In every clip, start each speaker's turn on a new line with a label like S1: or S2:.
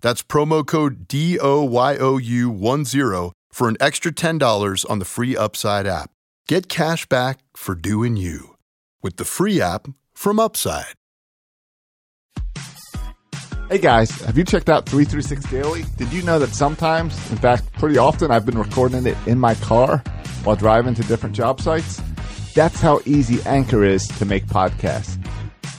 S1: That's promo code DOYOU10 for an extra $10 on the free Upside app. Get cash back for doing you with the free app from Upside.
S2: Hey guys, have you checked out 336 Daily? Did you know that sometimes, in fact, pretty often, I've been recording it in my car while driving to different job sites? That's how easy Anchor is to make podcasts.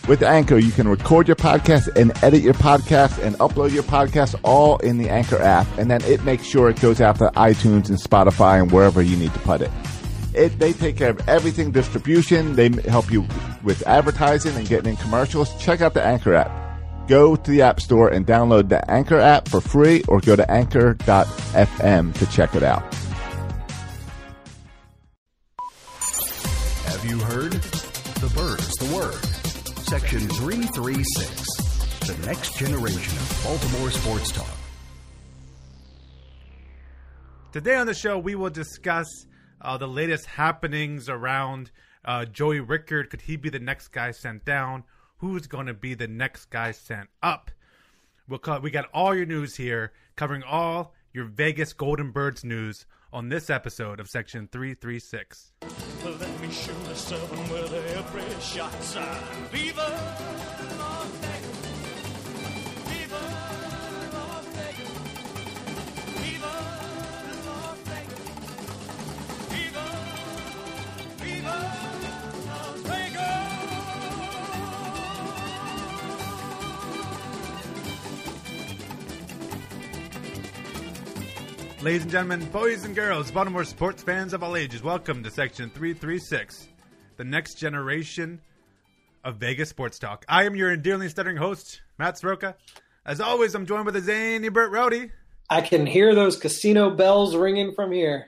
S2: With Anchor, you can record your podcast and edit your podcast and upload your podcast all in the Anchor app, and then it makes sure it goes out to iTunes and Spotify and wherever you need to put it. It, they take care of everything distribution. They m- help you with advertising and getting in commercials. Check out the Anchor app. Go to the App Store and download the Anchor app for free or go to anchor.fm to check it out.
S3: Have you heard? The bird's the word. Section 336, the next generation of Baltimore sports talk.
S4: Today on the show, we will discuss uh, the latest happenings around uh, Joey Rickard. Could he be the next guy sent down? Who's going to be the next guy sent up? We'll co- we got all your news here, covering all your Vegas Golden Birds news on this episode of Section 336.
S5: Let me shoot a seven with every shot. sign. Viva Las Vegas. Viva Las Vegas. Viva Las Vegas. Viva, Viva Las Vegas.
S4: Ladies and gentlemen, boys and girls, Baltimore sports fans of all ages, welcome to Section 336, the next generation of Vegas sports talk. I am your endearingly stuttering host, Matt Sroka. As always, I'm joined by the zany Burt Rowdy
S6: I can hear those casino bells ringing from here.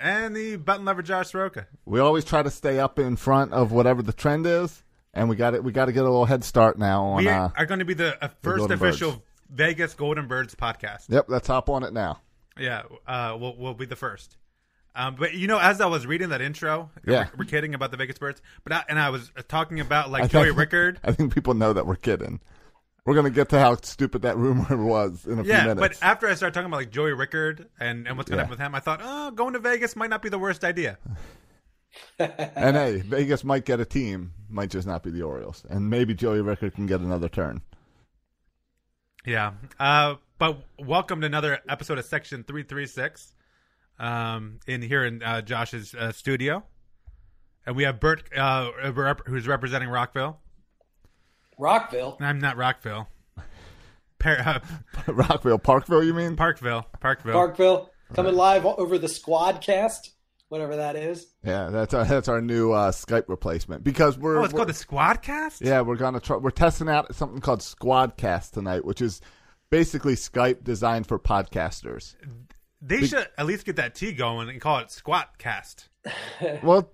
S4: and the button lover, Josh Sroka.
S2: We always try to stay up in front of whatever the trend is, and we got it. We got to get a little head start now on.
S4: We
S2: uh,
S4: are going to be the uh, first
S2: Golden
S4: official
S2: Birds.
S4: Vegas Golden Birds podcast.
S2: yep, let's hop on it now.
S4: Yeah, uh, we'll, we'll be the first. Um, but you know, as I was reading that intro,
S2: Yeah.
S4: we're, we're kidding about the Vegas Birds, but I, and I was uh, talking about like
S2: I
S4: Joey
S2: think-
S4: Rickard.
S2: I think people know that we're kidding. We're gonna get to how stupid that rumor was in a
S4: yeah,
S2: few minutes.
S4: but after I started talking about like Joey Rickard and, and what's going to
S2: Yeah.
S4: happen with him, I thought, oh, going to Vegas might not be the worst idea.
S2: and hey, Vegas might get a team, might just not be the Orioles, and maybe Joey Rickard can get another turn.
S4: yeah. Uh, but welcome to another episode of Section 336 um, in here in uh, Josh's uh, studio. And we have Bert, uh, rep- who's representing Rockville.
S6: Rockville.
S4: I'm not Rockville. Par- uh,
S2: Rockville, Parkville, you mean?
S4: Parkville. Parkville.
S6: Parkville. Coming live o- over the Squadcast, whatever that is.
S2: yeah, that's our that's our new uh, Skype replacement because we're
S4: oh, it's
S2: we're-
S4: called the Squadcast?
S2: Yeah, we're gonna try. We're testing out something called Squadcast tonight, which is basically Skype designed for podcasters.
S4: They should at least get that T going and call it Squatcast.
S2: well,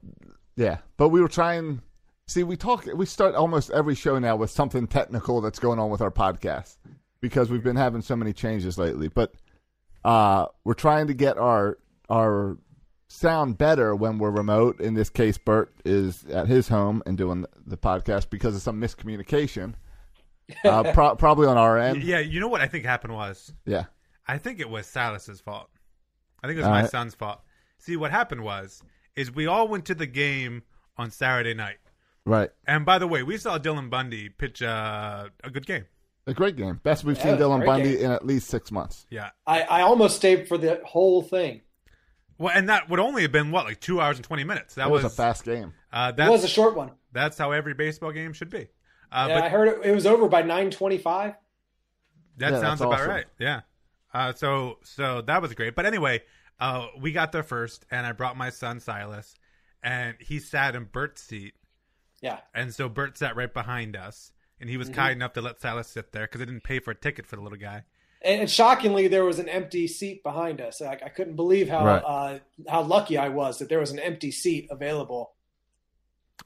S2: yeah, but we were trying. See, we talk. We start almost every show now with something technical that's going on with our podcast because we've been having so many changes lately. But uh, we're trying to get our our sound better when we're remote. In this case, Bert is at his home and doing the podcast because of some miscommunication. uh, pro- probably on our end.
S4: Yeah, you know what I think happened was
S2: Yeah.
S4: I think it was Silas's fault. I think it was
S2: All
S4: my
S2: right.
S4: son's fault. See, what happened was is we all went to the game on Saturday night.
S2: Right.
S4: And by the way, we saw Dylan Bundy pitch uh, a good game.
S2: A great game. Best we've
S6: Yeah,
S2: seen
S6: it was a
S2: Dylan
S6: great
S2: Bundy
S6: game.
S2: in at least six months.
S4: Yeah.
S6: I, I almost stayed for the whole thing.
S4: Well, and that would only have been what like two hours and twenty minutes. That
S2: That
S4: was,
S2: was, a fast game.
S4: Uh,
S6: It
S4: that's
S6: was a short one.
S4: that's how every baseball game should be. Uh,
S6: yeah,
S4: but
S6: I heard it, it was over by nine twenty-five.
S4: that
S2: Yeah,
S4: sounds
S2: that's
S4: about
S2: awesome.
S4: right. Yeah. Uh, so so that was great. But anyway, uh, we got there first, and I brought my son Silas, and he sat in Bert's seat,
S6: Yeah,
S4: and so Bert sat right behind us, and he was
S6: Mm-hmm.
S4: kind enough to let Silas sit there because I didn't pay for a ticket for the little guy.
S6: and, and shockingly, there was an empty seat behind us. I, I couldn't believe how
S2: Right.
S6: uh, how lucky I was that there was an empty seat available.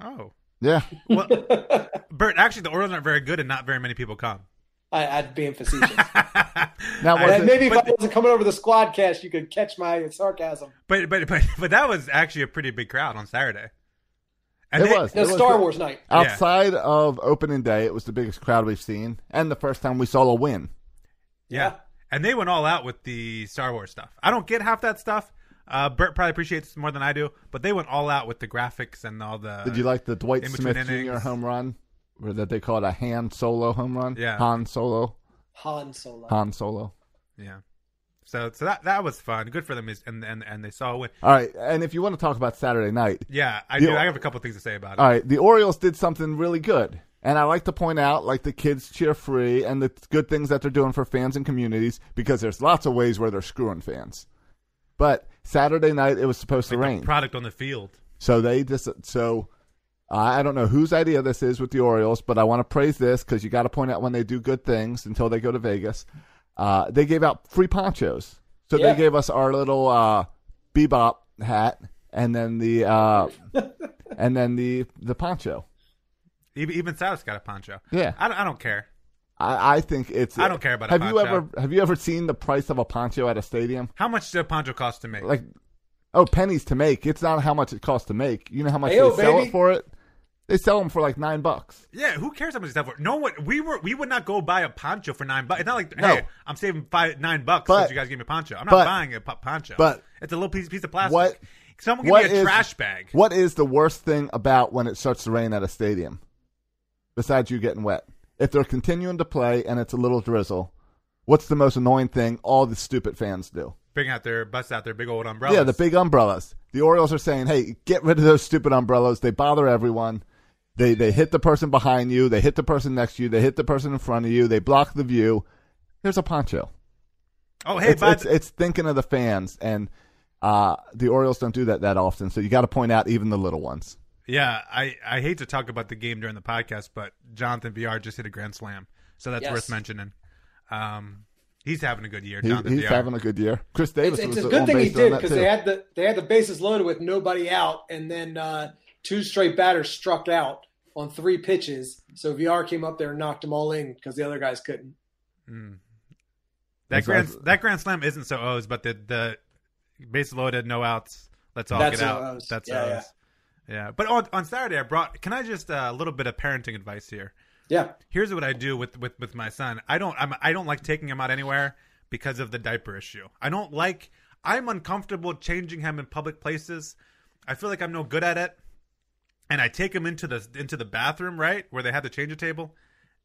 S4: Oh,
S2: Yeah.
S4: well,
S6: I,
S4: Bert, actually, the Orioles aren't very good, and not very many people come.
S6: I'd being facetious.
S2: Now,
S4: I-
S2: was
S6: And
S2: it-
S6: maybe if
S4: but-
S6: I wasn't coming over the squad cash, you could catch my sarcasm.
S4: But but but but that was actually a pretty big crowd on Saturday. And
S2: It
S4: they-
S2: was.
S6: No,
S2: It was
S6: Star
S2: good.
S6: Wars night.
S2: Outside of opening day, it was the biggest crowd we've seen and the first time we saw a win.
S4: Yeah.
S6: Yeah.
S4: And they went all out with the Star Wars stuff. I don't get half that stuff. Uh, Bert probably appreciates this more than I do, but they went all out with the graphics and all the.
S2: Did you like the Dwight
S4: Uh, in between
S2: Smith Jr.
S4: innings.
S2: home run? Or that they call it a Han Solo home run?
S4: Yeah.
S2: Han Solo.
S6: Han Solo.
S2: Han Solo.
S4: Yeah. So so that that was fun. Good for them. is- And and and they saw a win.
S2: All right. And if you want to talk about Saturday night,
S4: Yeah, I
S2: Yeah.
S4: do. I have a couple things to say about it.
S2: all right, the Orioles did something really good. And I like to point out, like, the kids cheer free and the good things that they're doing for fans and communities because there's lots of ways where they're screwing fans. But Saturday night, it was supposed to
S4: Like the
S2: rain.
S4: product on the field.
S2: So they just so I I don't know whose idea this is with the Orioles, but I want to praise this because you got to point out when they do good things until they go to Vegas. Uh, they gave out free ponchos, so
S6: Yeah.
S2: they gave us our little uh, bebop hat and then the uh, and then the the poncho.
S4: Even, even Silas got a poncho.
S2: Yeah.
S4: I don't, I don't care.
S2: I, I think it's.
S4: I don't care about a
S2: Have you
S4: poncho.
S2: ever have you ever seen the price of a poncho at a stadium?
S4: How much did a poncho cost to make?
S2: Like, oh, pennies to make. It's not how much it costs to make. You know how much
S6: Ayo,
S2: they sell
S6: baby.
S2: it for. It they sell them for like nine bucks.
S4: Yeah, who cares how much stuff? No one. We were. We would not go buy a poncho for nine bucks. It's not like
S2: No.
S4: hey, I'm saving five nine bucks
S2: But-
S4: because you guys gave me a poncho. I'm not
S2: but-
S4: buying a po- poncho.
S2: but-
S4: it's a little piece, piece of plastic.
S2: What-
S4: Someone give
S2: What
S4: me a
S2: is-
S4: trash bag.
S2: What is the worst thing about when it starts to rain at a stadium? Besides you getting wet. If they're continuing to play and it's a little drizzle, what's the most annoying thing all the stupid fans do?
S4: Bring out their bust out their big old umbrellas.
S2: Yeah, the big umbrellas. The Orioles are saying, "Hey, get rid of those stupid umbrellas. They bother everyone. They they hit the person behind you, they hit the person next to you, they hit the person in front of you, they block the view. Here's a poncho."
S4: Oh hey,
S2: it's,
S4: bud.
S2: it's, it's thinking of the fans and uh, the Orioles don't do that that often, so you got to point out even the little ones.
S4: yeah, I I hate to talk about the game during the podcast, but Jonathan VR just hit a grand slam, so that's
S6: Yes.
S4: worth mentioning. Um, he's having a good year.
S2: He,
S4: Jonathan
S2: he's
S4: VR.
S2: having a good year. Chris Davis
S6: It's, it's
S2: was
S6: a
S2: on
S6: good thing he
S2: base doing
S6: did
S2: that
S6: because
S2: too.
S6: they had the they had the bases loaded with nobody out, and then uh, two straight batters struck out on three pitches. So VR came up there and knocked them all in because the other guys couldn't.
S4: that
S2: It's
S4: grand
S2: like-
S4: that grand slam isn't so O's, but the the base loaded, no outs. Let's all
S6: That's
S4: get out.
S6: O's.
S4: That's
S6: Yeah,
S4: O's. Yeah. but on on Saturday I brought. Can I just uh, a little bit of parenting advice here?
S6: Yeah,
S4: Here's what I do with with with my son. I don't I'm, I don't like taking him out anywhere because of the diaper issue. I don't like. I'm uncomfortable changing him in public places. I feel like I'm no good at it. And I take him into the into the bathroom, right where they had the changer table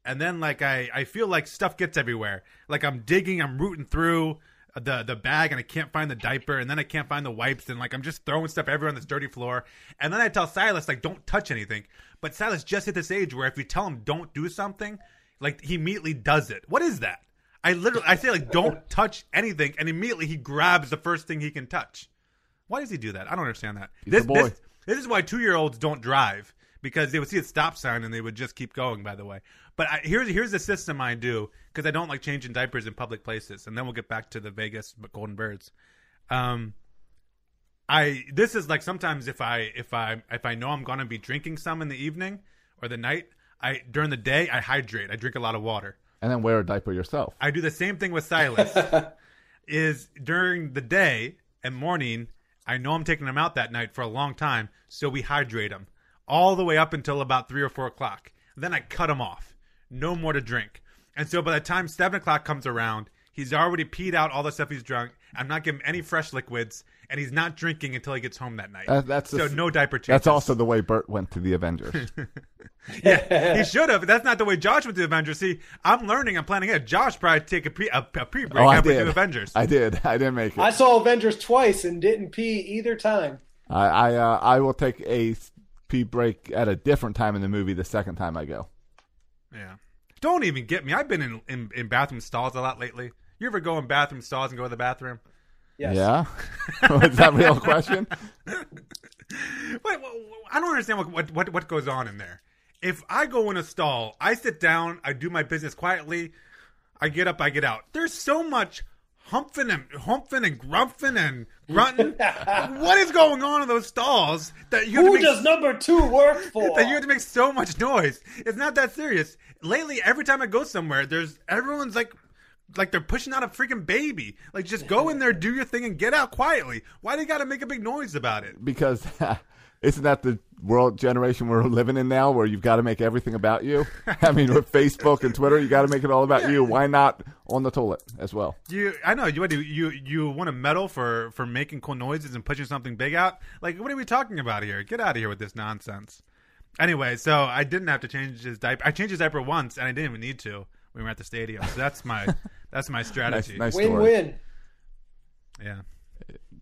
S4: and then like I, I feel like stuff gets everywhere. Like I'm digging, I'm rooting through the the bag, and I can't find the diaper, and then I can't find the wipes, and like I'm just throwing stuff everywhere on this dirty floor. And then I tell Silas like don't touch anything, but Silas just hit this age where if you tell him don't do something, like he immediately does it. What is that? I literally I say like don't touch anything, and immediately he grabs the first thing he can touch. Why does he do that? I don't understand that.
S2: He's
S4: this,
S2: a boy.
S4: this this is why two year olds don't drive because they would see a stop sign and they would just keep going. By the way, but I, here's here's the system I do because I don't like changing diapers in public places, and then we'll get back to the Vegas Golden Birds. Um, I this is like sometimes if I if I if I know I'm gonna be drinking some in the evening or the night, I during the day I hydrate. I drink a lot of water.
S2: and then wear a diaper yourself.
S4: I do the same thing with Silas. is during the day and morning, I know I'm taking him out that night for a long time, so we hydrate him all the way up until about three or four o'clock. Then I cut him off. no more to drink. And so by the time seven o'clock comes around, he's already peed out all the stuff he's drunk. I'm not giving him any fresh liquids, and he's not drinking until he gets home that night.
S2: That- Uh, that's
S4: so
S2: the-
S4: no diaper changes.
S2: That's also the way Bert went to the Avengers.
S4: yeah. He should have. That's not the way Josh went to the Avengers. See, I'm learning. I'm planning ahead. Josh probably take a pre a, a pre break
S2: oh, I
S4: halfway
S2: did.
S4: through Avengers.
S2: I did. I didn't make it.
S6: I saw Avengers twice and didn't pee either time.
S2: I I, uh, I will take a pee break at a different time in the movie the second time I go.
S4: yeah. Don't even get me. I've been in, in in bathroom stalls a lot lately. You ever go in bathroom stalls and go to the bathroom?
S6: Yes.
S2: Yeah, was that a real question?
S4: Wait, wh- wh- I don't understand what, what what what goes on in there. If I go in a stall, I sit down, I do my business quietly, I get up, I get out. There's so much humping and humping and grumping and grunting. what is going on in those stalls that you have to
S6: Who
S4: make
S6: does number two work for?
S4: that you had to make so much noise. It's not that serious. Lately, every time I go somewhere, there's everyone's like, like they're pushing out a freaking baby. Like, just go in there, do your thing, and get out quietly. Why do you got to make a big noise about it?
S2: Because isn't that the world generation we're living in now, where you've got to make everything about you? I mean, with Facebook and Twitter, you got to make it all about you. Why not on the toilet as well?
S4: You, I know you had to, you you want a medal for for making cool noises and pushing something big out. Like, what are we talking about here? Get out of here with this nonsense. Anyway, so I didn't have to change his diaper. I changed his diaper once, and I didn't even need to. We were at the stadium, so that's my that's my
S2: Nice,
S4: strategy.
S2: nice
S6: win
S2: story.
S6: win.
S4: Yeah.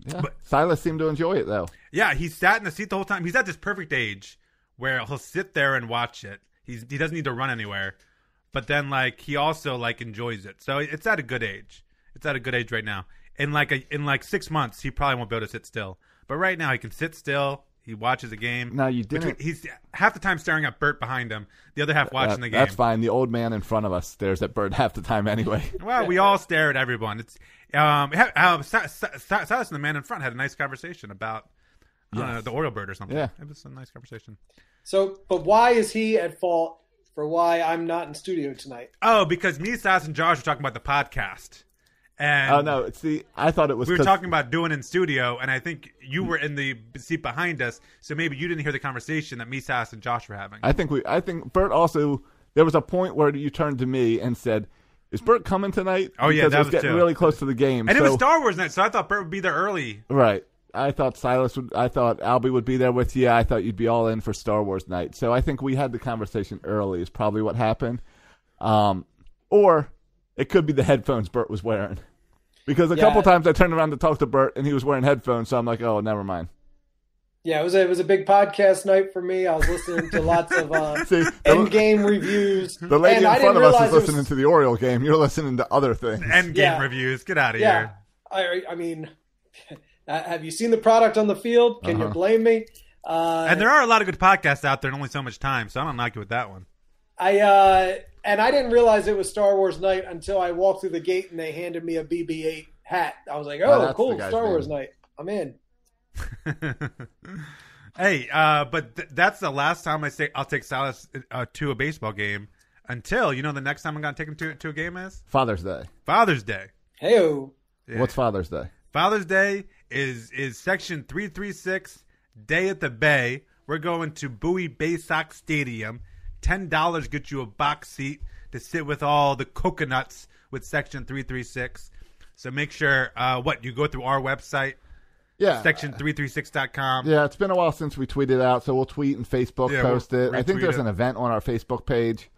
S2: Yeah. Silas seemed to enjoy it though.
S4: Yeah, he sat in the seat the whole time. He's at this perfect age where he'll sit there and watch it. He's he doesn't need to run anywhere, but then like he also like enjoys it. So it's at a good age. It's at a good age right now. In like a in like six months, he probably won't be able to sit still. But right now, he can sit still. He watches a game.
S2: No, you
S4: Between-
S2: didn't.
S4: he's half the time staring at Bert behind him, the other half watching
S2: That-
S4: the game.
S2: That's fine. The old man in front of us stares at Bert half the time anyway.
S4: Well, we all stare at everyone. It's um, ha- uh, Sa- Sa- Sa- Silas and the man in front had a nice conversation about I don't know, the Oriole bird or something.
S2: Yeah.
S4: it was a nice conversation.
S6: So, but why is he at fault for why I'm not in studio tonight?
S4: Oh, because me, Sas, and Josh were talking about the podcast, and
S2: Oh no! See, I thought it was
S4: we were
S2: 'cause-
S4: talking about doing in studio, and I think you were in the seat behind us, so maybe you didn't hear the conversation that me, Sas, and Josh were having.
S2: I think we. I think Bert also. There was a point where you turned to me and said, "Is Bert coming tonight?"
S4: Oh, yeah,
S2: because
S4: that
S2: it was
S4: was
S2: getting
S4: too.
S2: really close to the game.
S4: and
S2: so,
S4: it was Star Wars night, so I thought Bert would be there early.
S2: right. I thought Silas would. I thought Albie would be there with you. I thought you'd be all in for Star Wars night. So I think we had the conversation early. Is probably what happened. Um, or it could be the headphones Bert was wearing. Because a
S6: Yeah.
S2: couple times I turned around to talk to Bert and he was wearing headphones, so I'm like, oh, never mind.
S6: Yeah, it was a, it was a big podcast night for me. I was listening to lots of uh,
S2: See, the-
S6: end game reviews.
S2: The lady
S6: and I
S2: in front of us
S6: didn't realize
S2: is
S6: it was-
S2: listening to the Oriole game. You're listening to other things.
S4: End game
S6: Yeah.
S4: reviews. Get out of
S6: Yeah,
S4: here.
S6: I I mean, uh, have you seen the product on the field? Can you blame me? Uh,
S4: And there are a lot of good podcasts out there, and only so much time, so I'm not knocking with that one.
S6: I uh, and I didn't realize it was Star Wars night until I walked through the gate and they handed me a BB-8 hat. I was like,
S2: Oh,
S6: oh,
S2: that's the
S6: cool,
S2: guy's
S6: Star Wars
S2: name.
S6: night. I'm in.
S4: hey, uh, but th- that's the last time I say I'll take Silas uh, to a baseball game until you know the next time I'm gonna take him to to a game is
S2: Father's Day.
S4: Father's Day.
S6: Hey,
S4: Yeah.
S2: What's Father's Day?
S4: Father's Day is is section 336 Day at the Bay. We're going to Bowie Bay Sox Stadium. $10 gets you a box seat to sit with all the coconuts with section 336. So make sure uh, what you go through our website
S2: Yeah.
S4: section336.com.
S2: Yeah, it's been a while since we tweeted out, so we'll tweet and Facebook
S4: Yeah, we'll
S2: post it. I think
S4: retweet
S2: there's
S4: it.
S2: an event on our Facebook page.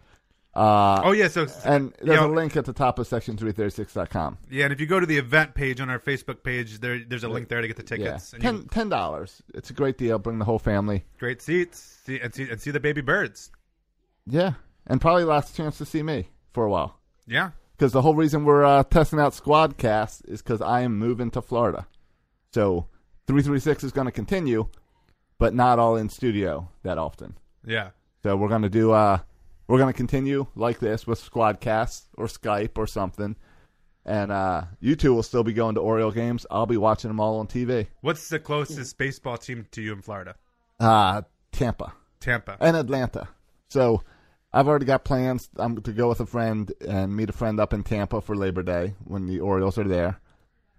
S2: Uh,
S4: Oh yeah, so
S2: And there's
S4: yeah,
S2: a link at the top of section336.com.
S4: Yeah, and if you go to the event page on our Facebook page, there there's a link there to get the
S2: Yeah.
S4: tickets. And you
S2: Ten, $10. It's a great deal. Bring the whole family.
S4: great seats, see, and see and see the baby birds.
S2: Yeah. And probably last chance to see me for a while.
S4: Yeah.
S2: because the whole reason we're uh, testing out Squadcast is because I am moving to Florida. So 336 is going to continue, but not all in studio that often.
S4: Yeah.
S2: So we're going to do uh, we're going to continue like this with Squadcast or Skype or something. And uh, you two will still be going to Oriole games. I'll be watching them all on TV.
S4: What's the closest
S2: Mm-hmm.
S4: baseball team to you in Florida?
S2: Uh, Tampa.
S4: Tampa.
S2: and Atlanta. So I've already got plans. I'm to go with a friend and meet a friend up in Tampa for Labor Day when the Orioles are there.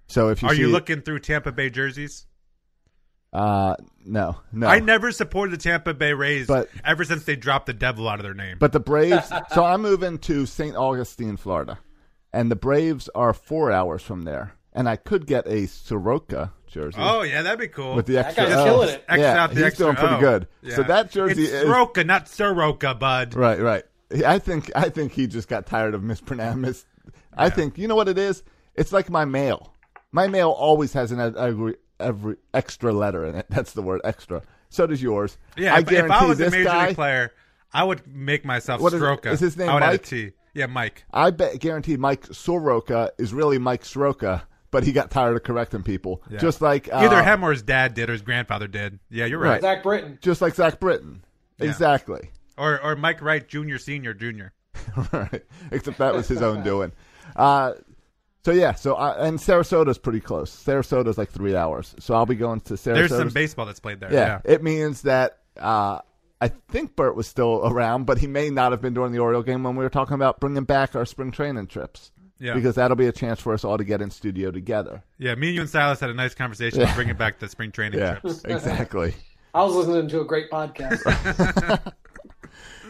S2: So if you
S4: Are
S2: see,
S4: you looking through Tampa Bay jerseys?
S2: Uh, no, no.
S4: I never supported the Tampa Bay Rays
S2: But-
S4: ever since they dropped the devil out of their name.
S2: But the Braves. so I'm moving to St. Augustine, Florida, and the Braves are four hours from there, and I could get a Soroka jersey.
S4: oh yeah, that'd be cool.
S2: With the
S4: X
S2: extra
S6: guy's
S2: O.
S6: killing it.
S2: Yeah,
S4: out the
S2: he's
S4: extra
S2: doing pretty
S4: O.
S2: good.
S4: Yeah.
S2: So that jersey
S4: it's
S2: is
S4: Soroka, not Soroka, bud.
S2: Right, right. I think I think he just got tired of mispronouncing. Mis- I think you know what it is. It's like my mail. My mail always has an e- every every extra letter in it. That's the word extra. So does yours.
S4: Yeah,
S2: I
S4: if, if I
S2: guarantee
S4: was a
S2: this
S4: major
S2: guy-
S4: league player, I would make myself
S2: What is-
S4: Soroka.
S2: is his name
S4: I would add a
S2: Mike?
S4: T. Yeah, Mike.
S2: I bet guarantee Mike Soroka is really Mike Soroka, but he got tired of correcting people. Just like uh,
S4: Either him or his dad did, or his grandfather did. Yeah, you're right.
S2: Right.
S6: Zach Britton.
S2: just like Zach Britton. Exactly.
S4: Or or Mike Wright Junior, Senior, Junior.
S2: right. Except that was his own doing. Uh, so yeah, so I, and Sarasota's pretty close. Sarasota's like three hours, so I'll be going to Sarasota.
S4: There's some baseball that's played there.
S2: yeah,
S4: Yeah.
S2: it means that uh, I think Bert was still around, but he may not have been during the Oriole game when we were talking about bringing back our spring training trips.
S4: Yeah.
S2: because that'll be a chance for us all to get in studio together.
S4: Yeah, me, you, and Silas had a nice conversation about bringing back the spring training
S2: Yeah,
S4: trips.
S2: exactly.
S6: I was listening to a great podcast.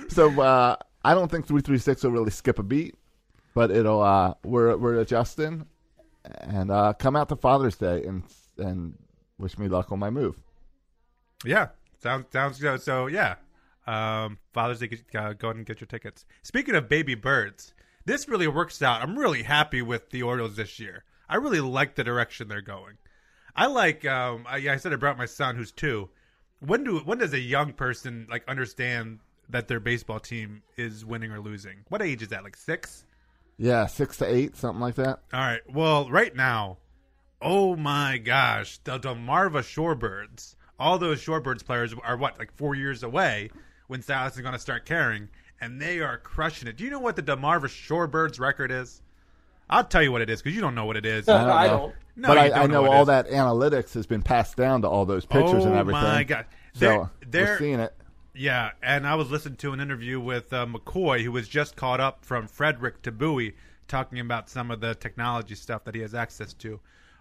S2: So uh, I don't think three three six will really skip a beat, but it'll uh, we're we're adjusting, and uh, come out to Father's Day and and wish me luck on my move.
S4: Yeah, sounds sounds good. So yeah, um, Father's Day, uh, go ahead and get your tickets. Speaking of baby birds, this really works out. I'm really happy with the Orioles this year. I really like the direction they're going. I like. Um, I, I said I brought my son, who's two. When do when does a young person like understand that their baseball team is winning or losing? What age is that? Like six?
S2: Yeah, six to eight, something like that.
S4: All right. Well, right now, oh my gosh, the Delmarva Shorebirds. All those Shorebirds players are what like four years away when Silas is going to start caring, and they are crushing it. Do you know what the Delmarva Shorebirds record is? I'll tell you what it is because you don't know what it is.
S6: I don't.
S4: No,
S2: Uh, but
S4: you
S2: I,
S4: don't
S2: I
S4: know
S2: know
S4: what it
S2: all
S4: is.
S2: that analytics has been passed down to all those pictures
S4: oh
S2: and everything.
S4: my god!
S2: So
S4: They're-
S2: we're
S4: they're-
S2: seeing it.
S4: Yeah, and I was listening to an interview with uh, McCoy, who was just caught up from Frederick to Bowie, talking about some of the technology stuff that he has access to.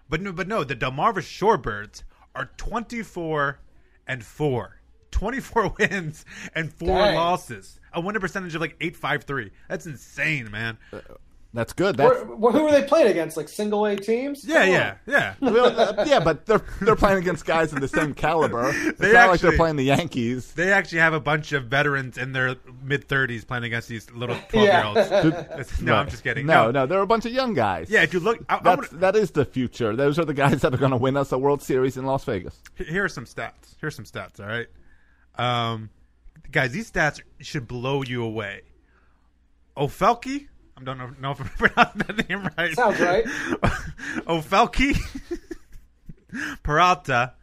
S4: But no, but no, the Delmarva Shorebirds are 24 and 4. 24 wins and 4
S6: Dang.
S4: losses. A winning percentage of like 853. That's insane, man.
S6: Uh,
S2: That's good. That's,
S6: Where, where- who are they playing against? Like single A teams?
S4: Yeah,
S6: Come
S4: yeah, yeah.
S2: Well, uh, yeah, but they're they're playing against guys of the same caliber. It's
S4: They
S2: not like they're
S4: actually-
S2: playing the Yankees.
S4: They actually have a bunch of veterans in their mid 30s playing against these little 12 year olds. no, I'm just kidding.
S2: No, no, they're a bunch of young guys.
S4: Yeah, if you look, I, I
S2: That's
S4: wanna-
S2: that is the future. Those are the guys that are going to win us a World Series in Las Vegas.
S4: H- here are some stats. Here's some stats. All right, um, guys, these stats should blow you away. Ofelki, I don't know, know if I'm pronouncing that name right.
S6: Sounds right.
S4: Ofelki Peralta.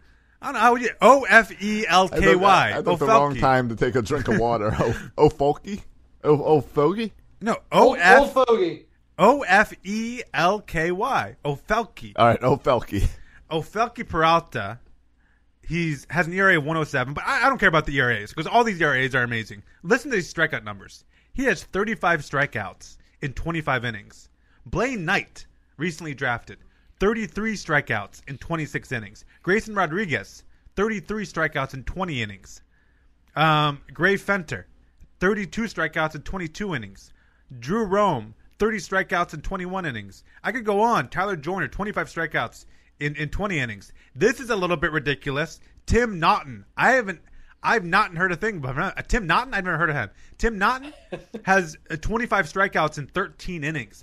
S4: I don't know how would you O F E L
S2: I
S4: K
S2: took- I,
S4: Y.
S2: I took the wrong time to take a drink of water. oh, oh, folky, oh, oh, fogey.
S4: No, O
S6: Old, old
S4: F
S6: fogey.
S4: O F E L K Y. Ofelki.
S2: All right, oh, folky.
S4: Ofelki Peralta, he's has an ERA of 107, but I, I don't care about the E ERAs because all these ERAs are amazing. Listen to these strikeout numbers. He has 35 strikeouts in 25 innings. Blaine Knight, recently drafted, 33 strikeouts in 26 innings. Grayson Rodriguez, 33 strikeouts in 20 innings. Um, Gray Fenter, 32 strikeouts in 22 innings. Drew Rome, 30 strikeouts in 21 innings. I could go on. Tyler Joyner, 25 strikeouts in, in 20 innings. This is a little bit ridiculous. Tim Naughton, I haven't. I've not heard a thing about him. Uh, Tim Naughton. I've never heard of him. Tim Naughton has uh, 25 strikeouts in 13 innings.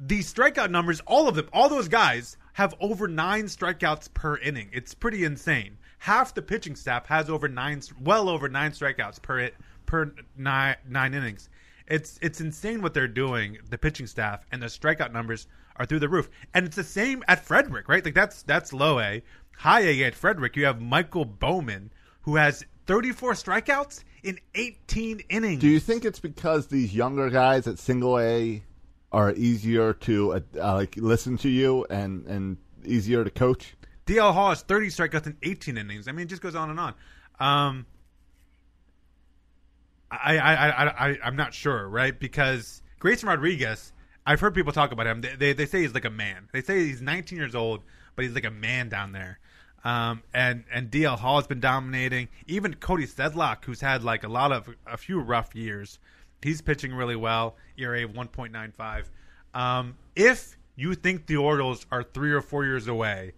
S4: The strikeout numbers, all of them, all those guys have over nine strikeouts per inning. It's pretty insane. Half the pitching staff has over nine, well over nine strikeouts per it per nine nine innings. It's it's insane what they're doing. The pitching staff and the strikeout numbers are through the roof. And it's the same at Frederick, right? Like that's that's low A, high A at Frederick. You have Michael Bowman who has 34 strikeouts in 18 innings.
S2: Do you think it's because these younger guys at single A are easier to uh, uh, like listen to you and and easier to coach?
S4: DL Hall has 30 strikeouts in 18 innings. I mean, it just goes on and on. Um, I, I, I, I, I, I'm not sure, right? Because Grayson Rodriguez, I've heard people talk about him. They, they, they say he's like a man. They say he's 19 years old, but he's like a man down there. Um, and and DL Hall has been dominating. Even Cody Sedlock, who's had like a lot of a few rough years, he's pitching really well. ERA of 1.95. Um, if you think the Orioles are three or four years away,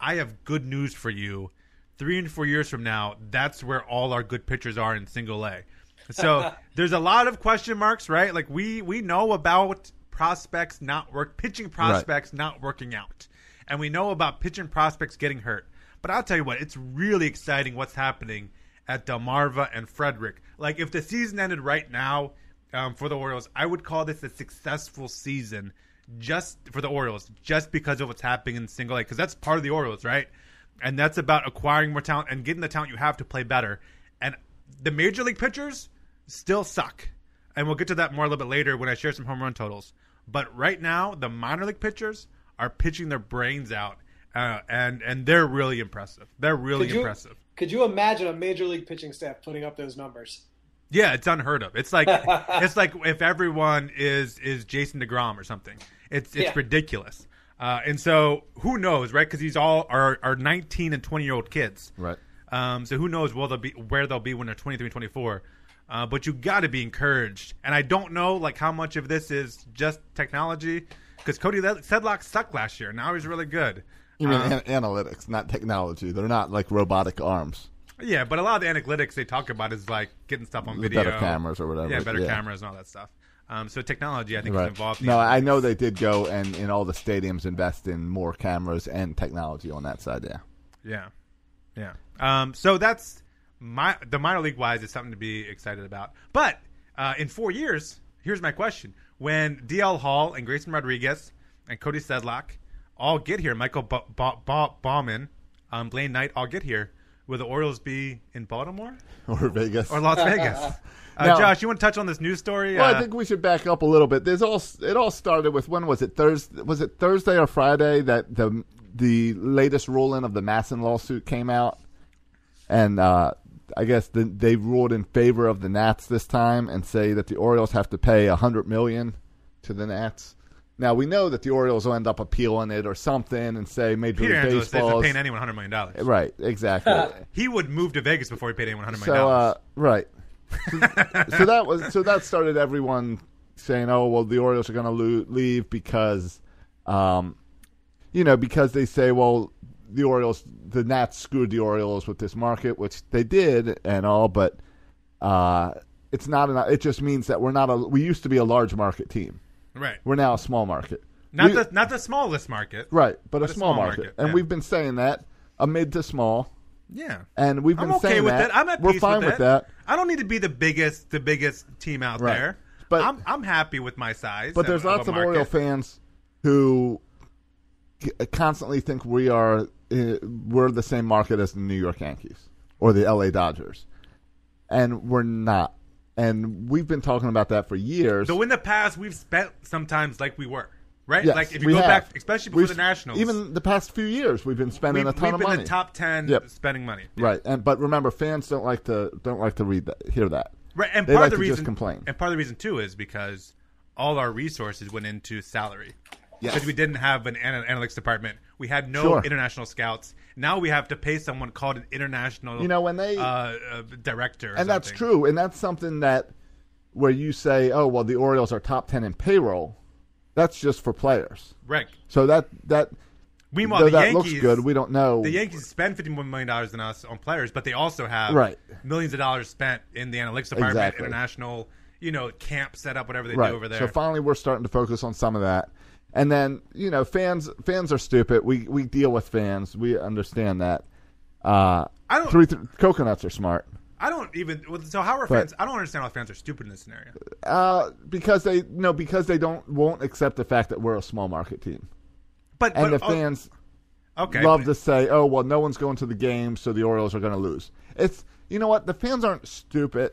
S4: I have good news for you. Three and four years from now, that's where all our good pitchers are in single A. So there's a lot of question marks, right? Like we we know about prospects not work pitching prospects not working out. And we know about pitching prospects getting hurt. But I'll tell you what, it's really exciting what's happening at Delmarva and Frederick. Like if the season ended right now um, for the Orioles, I would call this a successful season just for the Orioles, just because of what's happening in single A, because that's part of the Orioles, right? And that's about acquiring more talent and getting the talent you have to play better. And the major league pitchers still suck. And we'll get to that more a little bit later when I share some home run totals. But right now, the minor league pitchers are pitching their brains out, uh, and and they're really impressive. They're really
S6: Could you-
S4: impressive.
S6: Could you imagine a major league pitching staff putting up those numbers?
S4: Yeah, it's unheard of. It's like it's like if everyone is is Jason Degrom or something. It's it's
S6: Yeah.
S4: ridiculous. Uh, and so who knows, right? Because these all are are 19 and 20 year old kids.
S2: Right.
S4: Um, so who knows where they'll be, where they'll be when they're 23, 24. Uh, but you got to be encouraged. And I don't know like how much of this is just technology because Cody Le- Sedlock sucked last year. Now he's really good.
S2: You mean an- analytics, not technology. They're not like robotic arms.
S4: Yeah, but a lot of the analytics they talk about is like getting stuff on
S2: The
S4: video,
S2: better cameras or whatever,
S4: Yeah, better
S2: yeah.
S4: cameras and all that stuff. Um, so technology, I think, is involved. in
S2: No,
S4: these.
S2: I know they did go and in all the stadiums invest in more cameras and technology on that side. Yeah.
S4: yeah, yeah. Um, so that's my the minor league wise is something to be excited about. But uh, in four years, here's my question: When DL Hall and Grayson Rodriguez and Cody Sedlock all get here, Michael ba- ba- ba- Bauman, um, Blaine Knight all get here, will the Orioles be in Baltimore
S2: Or Vegas.
S4: or Las Vegas? Uh,
S2: Now-
S4: Josh, you want to touch on this news story?
S2: Well,
S4: Uh,
S2: I think we should back up a little bit. There's all it all started with when was it Thursday? Was it Thursday or Friday that the the latest ruling of the Masson lawsuit came out, and uh, I guess the, they ruled in favor of the Nats this time and say that the Orioles have to pay a hundred million to the Nats. Now we know that the Orioles will end up appealing it or something and say Major
S4: Peter
S2: League
S4: Angelo says they're
S2: Baseball.
S4: paying anyone hundred million dollars.
S2: Right, exactly.
S4: He would move to Vegas before he paid anyone hundred
S2: So
S4: million
S2: uh,
S4: dollars.
S2: right. So, so that was so that started everyone saying, "Oh, well, the Orioles are going to lo- leave because, um, you know, because they say, well, the Orioles, the Nats screwed the Orioles with this market, which they did and all, but uh, it's not. An, it just means that we're not a. We used to be a large market team.
S4: right?
S2: We're now a small market.
S4: Not
S2: uh, We-
S4: the not the smallest market.
S2: right, but, a small, market, and
S4: yeah.
S2: we've been saying that a mid to small.
S4: Yeah.
S2: And we've
S4: I'm
S2: been
S4: okay
S2: saying
S4: with
S2: that.
S4: that. I'm at
S2: We're
S4: peace
S2: fine
S4: with,
S2: with
S4: that.
S2: that.
S4: I don't need to be the biggest the biggest team out
S2: Right.
S4: there.
S2: But-
S4: I'm I'm happy with my size.
S2: But there's
S4: and-
S2: lots
S4: a
S2: of
S4: market.
S2: Oriole fans who c- uh, constantly think we are uh, we're the same market as the New York Yankees or the LA Dodgers, and we're not. And we've been talking about that for years.
S4: So in the past, we've spent sometimes like we were, right?
S2: Yes,
S4: like if you
S2: we
S4: go
S2: have.
S4: back, especially before
S2: We've-
S4: the Nationals,
S2: even the past few years, we've been
S4: we've,
S2: spending a
S4: we've
S2: ton
S4: been
S2: of money.
S4: the top ten
S2: Yep.
S4: spending money.
S2: Right, and but remember, fans don't like to don't like to read that, hear that.
S4: Right, and
S2: they
S4: part
S2: like
S4: of the
S2: to
S4: reason
S2: just complain.
S4: And part of the reason too is because all our resources went into salary.
S2: Yes.
S4: Because we didn't have an ana- analytics department. We had no
S2: Sure.
S4: international scouts. Now we have to pay someone called an international
S2: You know, when they-
S4: uh, uh, director. or
S2: and that's
S4: something.
S2: true and that's something that where you say oh well the orioles are top 10 in payroll that's just for players
S4: Right.
S2: so that that
S4: Meanwhile,
S2: though
S4: the
S2: that
S4: Yankees
S2: looks good we don't know
S4: The Yankees spend fifty one million dollars than us on players, but they also have
S2: Right.
S4: millions of dollars spent in the analytics department,
S2: Exactly.
S4: international, you know, camp setup, whatever they
S2: right
S4: do over there.
S2: so finally we're starting to focus on some of that and then you know fans fans are stupid we we deal with fans we understand that uh
S4: I don't-
S2: three, th- coconuts are smart
S4: I don't even. well, So how are
S2: But-
S4: fans? I don't understand why fans are stupid in this scenario.
S2: uh because they no because they don't won't accept the fact that we're a small market team
S4: But
S2: and
S4: but,
S2: the
S4: oh,
S2: fans
S4: okay,
S2: love
S4: but-
S2: to say, "Oh well, no one's going to the game, so the Orioles are going to lose." It's you know what the fans aren't stupid.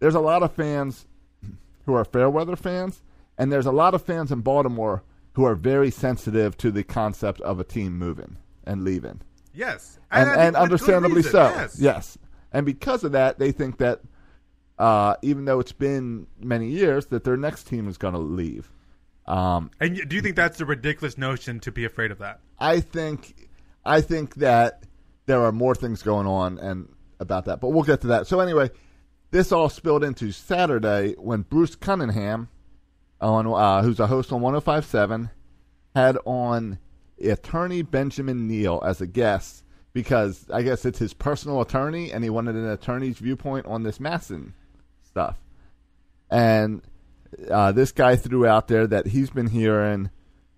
S2: There's a lot of fans who are fair weather fans, and there's a lot of fans in Baltimore who are very sensitive to the concept of a team moving and leaving,
S4: Yes,
S2: and, and,
S4: I think with good
S2: understandably
S4: reason,
S2: so. and because of that, they think that uh, even though it's been many years, that their next team is going to leave. Um,
S4: And y- do you think that's a ridiculous notion to be afraid of that?
S2: I think I think that there are more things going on and about that. But we'll get to that. So anyway, this all spilled into Saturday when Bruce Cunningham, on uh, who's a host on 105.7, had on attorney Benjamin Neal as a guest because I guess it's his personal attorney and he wanted an attorney's viewpoint on this Masson stuff. And uh, this guy threw out there that he's been hearing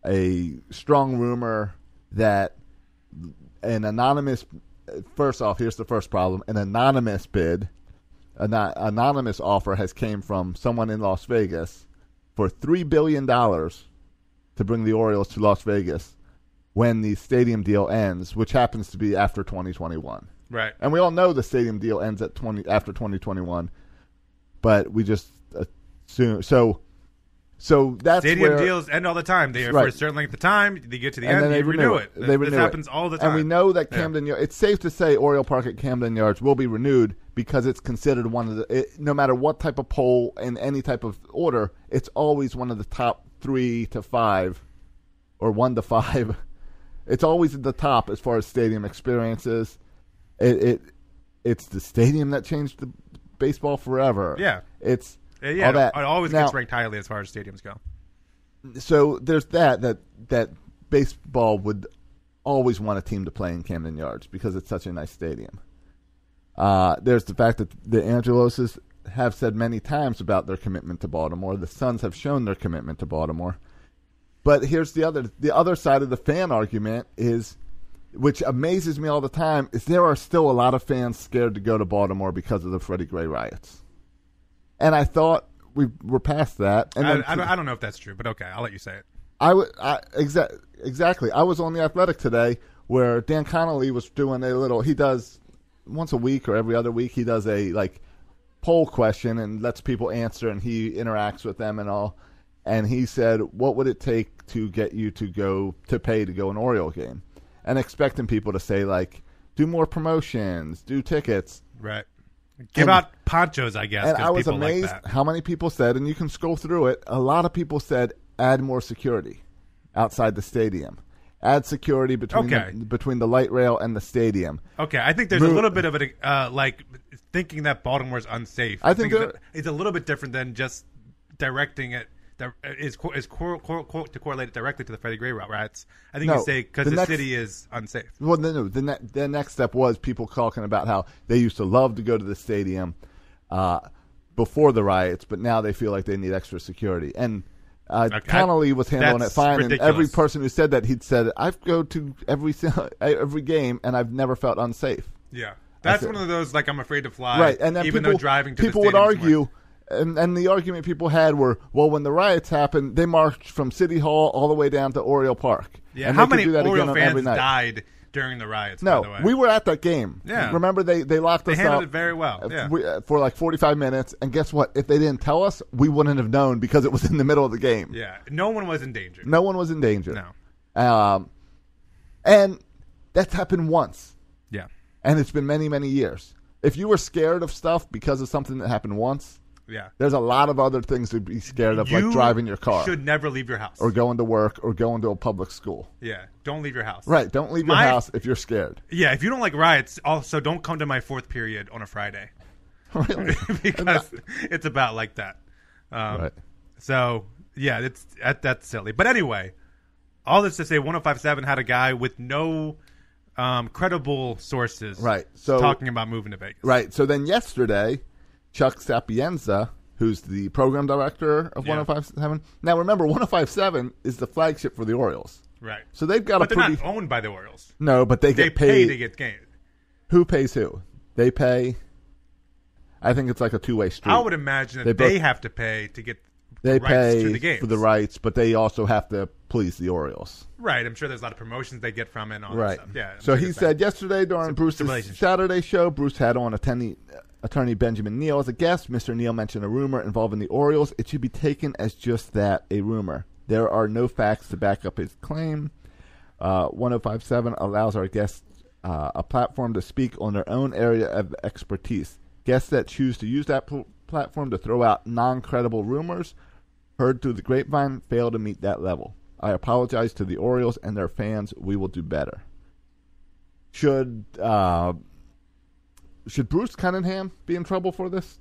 S2: a strong rumor that an anonymous. First off, here's the first problem: an anonymous bid, an anonymous offer has came from someone in Las Vegas for three billion dollars to bring the Orioles to Las Vegas when the stadium deal ends, which happens to be after 2021.
S4: Right.
S2: And we all know the stadium deal ends at 20 after 2021, but we just assume so. So that's
S4: Stadium
S2: where,
S4: deals end all the time. They are for a
S2: Right.
S4: certain length of time. They get to the
S2: and
S4: end,
S2: then
S4: they,
S2: they
S4: renew it.
S2: They
S4: this
S2: renew it.
S4: happens all the time.
S2: And we know that
S4: Yeah.
S2: Camden Yards. It's safe to say Oriole Park at Camden Yards will be renewed because it's considered one of the. It, no matter what type of poll in any type of order, it's always one of the top three to five, or one to five. It's always at the top as far as stadium experiences. It, it it's the stadium that changed the baseball forever.
S4: Yeah.
S2: it's
S4: Yeah, yeah,
S2: all that.
S4: it always
S2: Now-
S4: gets ranked highly as far as stadiums go.
S2: so there's that that that baseball would always want a team to play in Camden Yards because it's such a nice stadium. Uh, there's the fact that the Angeloses have said many times about their commitment to Baltimore. The Suns have shown their commitment to Baltimore. But here's the other the other side of the fan argument is which amazes me all the time is there are still a lot of fans scared to go to Baltimore because of the Freddie Gray riots. And I thought we were past that. And
S4: I,
S2: then
S4: I don't, I don't know if that's true, but okay, I'll let you say it.
S2: I was I, exa- exactly. I was on the Athletic today, where Dan Connolly was doing a little. He does once a week or every other week. He does a like poll question and lets people answer, and he interacts with them and all. And he said, "What would it take to get you to go to pay to go an Oriole game?" And expecting people to say like, "Do more promotions, do tickets."
S4: Right. Give
S2: And-
S4: out ponchos, I guess,
S2: and
S4: because
S2: I was
S4: people
S2: amazed
S4: like that.
S2: how many people said, and you can scroll through it. A lot of people said, add more security outside the stadium, add security between
S4: Okay.
S2: the, between the light rail and the stadium.
S4: Okay, I think there's a
S2: Move-
S4: little bit of it, uh, like thinking that Baltimore's unsafe.
S2: I think
S4: it's,
S2: there-
S4: it's a little bit different than just directing it. That is co- is cor- cor- cor- to correlate it directly to the Freddie Gray riots. I think
S2: No,
S4: you say because
S2: the
S4: the,
S2: next-
S4: city is unsafe.
S2: Well, no, no. The, ne- the next step was people talking about how they used to love to go to the stadium uh, before the riots, but now they feel like they need extra security. And uh,
S4: Okay, I-
S2: Connolly was handling it
S4: that's
S2: fine. And every
S4: ridiculous.
S2: person who said that, he'd said, "I've go to every si- every game, and I've never felt unsafe."
S4: Yeah, that's
S2: see.
S4: one of those like I'm afraid to fly.
S2: right and then
S4: even
S2: people,
S4: though driving to the
S2: people would
S4: stadium is
S2: argue and, and the argument people had were well when the riots happened they marched from city hall all the way down to oriole park
S4: Yeah,
S2: and
S4: how
S2: they could
S4: many
S2: do that again
S4: Oriole
S2: on
S4: fans
S2: every night.
S4: died during the riots?
S2: no
S4: by the way?
S2: we were at that game
S4: Yeah.
S2: remember they they locked
S4: They
S2: us
S4: handled
S2: up
S4: it very well,
S2: uh,
S4: yeah.
S2: we- uh, for like 45 minutes and guess what if they didn't tell us we wouldn't have known because it was in the middle of the game
S4: Yeah, no one was in danger.
S2: no one was in danger
S4: No.
S2: no um, and that's happened once
S4: Yeah,
S2: and it's been many many years if you were scared of stuff because of something that happened once
S4: yeah.
S2: there's a lot of other things to be scared of, like driving your car
S4: Should never leave your house.
S2: or going to work or going to a public school.
S4: yeah, don't leave your house.
S2: Right. Don't leave
S4: My-
S2: your house if you're scared.
S4: Yeah, if you don't like riots, also don't come to my fourth period on a Friday
S2: really?
S4: because it's about like that. Um,
S2: Right.
S4: So yeah, it's that, that's silly. But anyway, all this to say, 105.7 had a guy with no um, credible sources,
S2: Right, so-
S4: talking about moving to Vegas.
S2: Right. So then yesterday, Chuck Sapienza, who's the program director of
S4: Yeah.
S2: 1057. Now remember 1057 is the flagship for the Orioles.
S4: right.
S2: So they've got
S4: but
S2: a
S4: they're
S2: pretty
S4: not owned by the Orioles.
S2: No, but they
S4: They
S2: get
S4: pay
S2: paid.
S4: to get games.
S2: Who pays who? They pay I think it's like a two-way street.
S4: I would imagine
S2: They
S4: that they,
S2: both-
S4: have to pay to get
S2: they
S4: rights
S2: pay
S4: to the games.
S2: for the rights, but they also have to please the Orioles.
S4: Right, I'm sure there's a lot of promotions they get from it and all
S2: right.
S4: that stuff. Yeah. I'm
S2: So
S4: sure
S2: he
S4: it's
S2: said
S4: that.
S2: yesterday during Bruce's
S4: relationship.
S2: Saturday show, Bruce had on attorney, attorney Benjamin Neal as a guest. Mr. Neal mentioned a rumor involving the Orioles. It should be taken as just that, a rumor. There are no facts to back up his claim. Uh, 1057 allows our guests uh, a platform to speak on their own area of expertise. Guests that choose to use that pl- platform to throw out non credible rumors heard through the grapevine fail to meet that level. I apologize to the Orioles and their fans. We will do better. Should uh, should Bruce Cunningham be in trouble for this?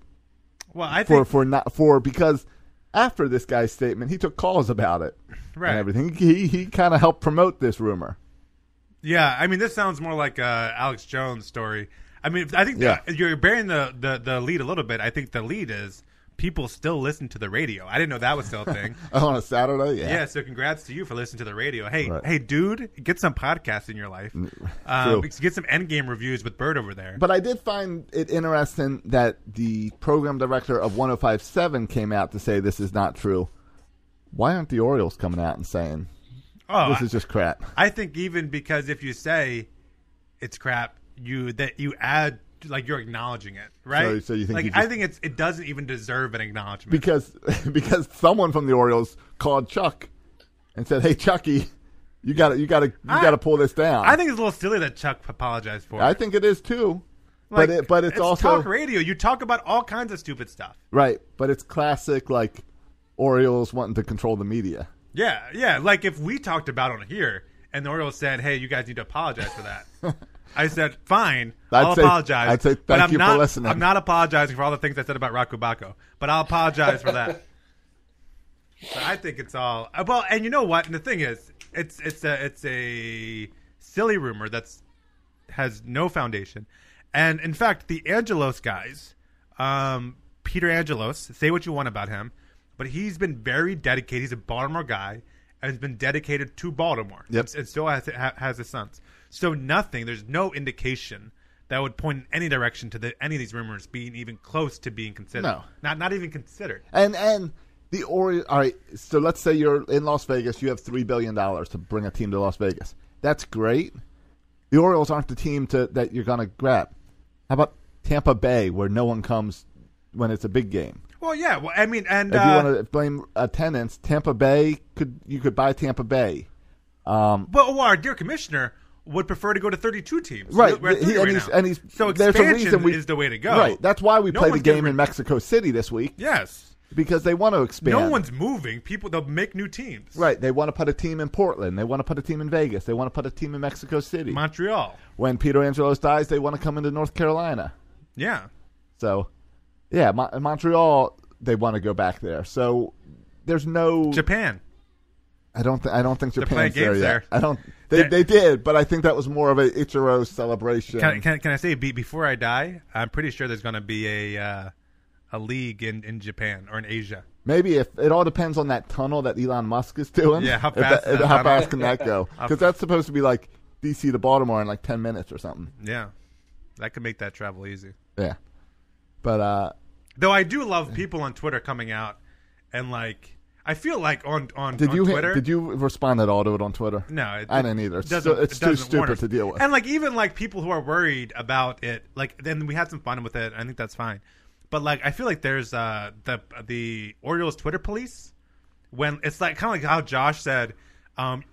S4: Well, I
S2: for
S4: think
S2: for not for because after this guy's statement, he took calls about it
S4: right.
S2: and everything. He he kind of helped promote this rumor.
S4: Yeah, I mean, this sounds more like uh, Alex Jones' story. I mean, I think
S2: Yeah.
S4: the- you're bearing the, the, the lead a little bit. I think the lead is people still listen to the radio. I didn't know that was still a thing.
S2: on a Saturday, yeah.
S4: yeah. so congrats to you for listening to the radio. Hey,
S2: Right. Mm,
S4: hey, dude, get some podcasts in your life.
S2: True.
S4: Um, get some Endgame reviews with Bird over there.
S2: But I did find it interesting that the program director of 1057 came out to say this is not true. Why aren't the Orioles coming out and saying
S4: oh,
S2: this is just crap?
S4: I think even because if you say it's crap, you that you add like you're acknowledging it, right?
S2: So- so you think
S4: like
S2: you
S4: I
S2: just-
S4: think it's it doesn't even deserve an acknowledgement.
S2: Because because someone from the Orioles called Chuck and said, "Hey Chucky, you got to you got to you
S4: I-
S2: got to pull this down."
S4: I think it's a little silly that Chuck apologized for.
S2: I
S4: it.
S2: think it is too.
S4: Like,
S2: but it, but it's, also
S4: talk radio. You talk about all kinds of stupid stuff.
S2: right, but it's classic like Orioles wanting to control the media.
S4: Yeah, yeah. Like if we talked about it on here, and the Orioles said, "Hey, you guys need to apologize for that." I said, "Fine,
S2: I'd
S4: will
S2: say-
S4: apologize."
S2: I'd say
S4: but
S2: thank
S4: I'm
S2: you for
S4: not,
S2: listening.
S4: I'm not apologizing for all the things I said about Rakubako, but I'll apologize for that. But I think it's all uh, well. And you know what? And the thing is, it's it's a it's a silly rumor that's has no foundation. And in fact, the Angelos guys, um, Peter Angelos, say what you want about him, but he's been very dedicated. He's a Baltimore guy and has been dedicated to Baltimore.
S2: Yep.
S4: And, and still has, ha, has his sons. So nothing, there's no indication that would point in any direction to the, any of these rumors being even close to being considered.
S2: No.
S4: Not, not even considered.
S2: And and the Orioles. All right. So let's say you're in Las Vegas. You have three billion dollars to bring a team to Las Vegas. That's great. The Orioles aren't the team to that you're gonna grab. How about Tampa Bay, where no one comes when it's a big game?
S4: Well, yeah. Well, I mean, and.
S2: If
S4: uh,
S2: you want to blame attendance, Tampa Bay could you could buy Tampa Bay.
S4: But well, our dear commissioner would prefer to go to 32 teams.
S2: Right.
S4: We're at
S2: He-
S4: 30
S2: and,
S4: right
S2: he's,
S4: now.
S2: and he's
S4: so
S2: there's
S4: expansion
S2: a reason we,
S4: is the way to go.
S2: Right. That's why we
S4: No
S2: play the
S4: one's getting
S2: game
S4: rid-
S2: in Mexico City this week
S4: Yes.
S2: because they want to expand.
S4: No one's moving. People they'll make new teams.
S2: right. They want to put a team in Portland. They want to put a team in Vegas. They want to put a team in Mexico City.
S4: Montreal.
S2: when Peter Angelos dies, they want to come into North Carolina.
S4: Yeah.
S2: So, yeah, Mon- Montreal, they want to go back there. So there's no.
S4: Japan.
S2: I don't. Th- I don't think
S4: playing
S2: Japan's there
S4: games
S2: yet.
S4: there.
S2: I don't. They,
S4: They're-
S2: they did, but I think that was more of a Ichiro celebration.
S4: Can, can, can I say be- before I die? I'm pretty sure there's going to be a uh, a league in, in Japan or in Asia.
S2: Maybe if it all depends on that tunnel that Elon Musk is doing.
S4: Yeah, how
S2: If that-
S4: fast is
S2: if-
S4: that
S2: how
S4: tunnel?
S2: fast can that go? Because that's supposed to be like DC to Baltimore in like ten minutes or something.
S4: Yeah, that could make that travel easy.
S2: Yeah, but uh,
S4: Though I do love people on Twitter coming out and like I feel like on on
S2: did
S4: on
S2: you
S4: Twitter
S2: did you respond at all to it on Twitter?
S4: No, it,
S2: I didn't either.
S4: it
S2: It's,
S4: doesn't-
S2: stu- it's
S4: it
S2: too
S4: doesn't warn
S2: stupid
S4: us.
S2: to deal with.
S4: And like even like people who are worried about it, like then we had some fun with it. I think that's fine. But like I feel like there's uh the the Orioles Twitter police when it's like kind of like how Josh said, um,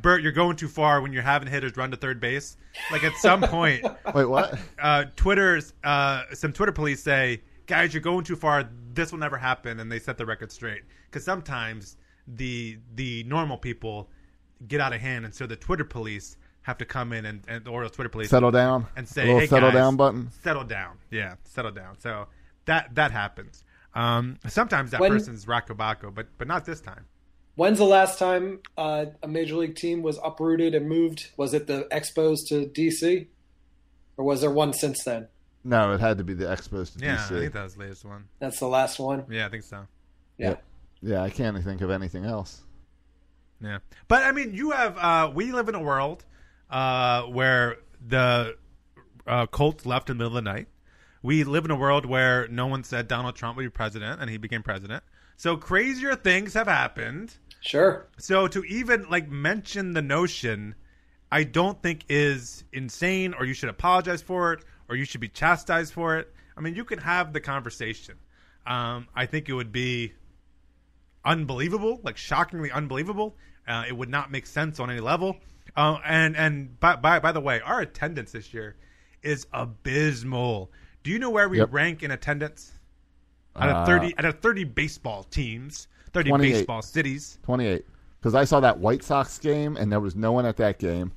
S4: Bert, you're going too far when you're having hitters run to third base. Like at some point,
S2: Wait, what?
S4: uh, Twitter's uh, some Twitter police say, "Guys, you're going too far. This will never happen," and they set the record straight. Because sometimes the the normal people get out of hand, and so the Twitter police have to come in and, and the Orioles Twitter police
S2: settle down
S4: and say,
S2: a little
S4: "Hey,
S2: settle
S4: guys,
S2: down button.
S4: settle down, yeah, settle down." So that that happens. Um, sometimes that
S6: When-
S4: person's Rakobako, but but not this time.
S6: When's the last time uh, a major league team was uprooted and moved? Was it the Expos to DC, or was there one since then?
S2: No, it had to be the Expos to
S4: Yeah, I
S2: DC.
S4: think that was the latest one.
S6: That's the last one.
S4: Yeah, I think so.
S6: Yeah.
S2: yeah, I can't think of anything else.
S4: Yeah, but I mean, you have uh, we live in a world uh, where the uh, Colts left in the middle of the night. We live in a world where no one said Donald Trump would be president, and he became president. So crazier things have happened.
S6: Sure.
S4: So to even like mention the notion, I don't think is insane, or you should apologize for it, or you should be chastised for it. I mean, you can have the conversation. Um, I think it would be unbelievable, like shockingly unbelievable. Uh, it would not make sense on any level. Uh, and and by, by by the way, our attendance this year is abysmal. Do you know where we
S2: Yep.
S4: rank in attendance? Out of
S2: Uh,
S4: thirty, out of thirty baseball teams, thirty
S2: 28.
S4: baseball cities.
S2: Twenty-eight, because I saw that White Sox game and there was no one at that game,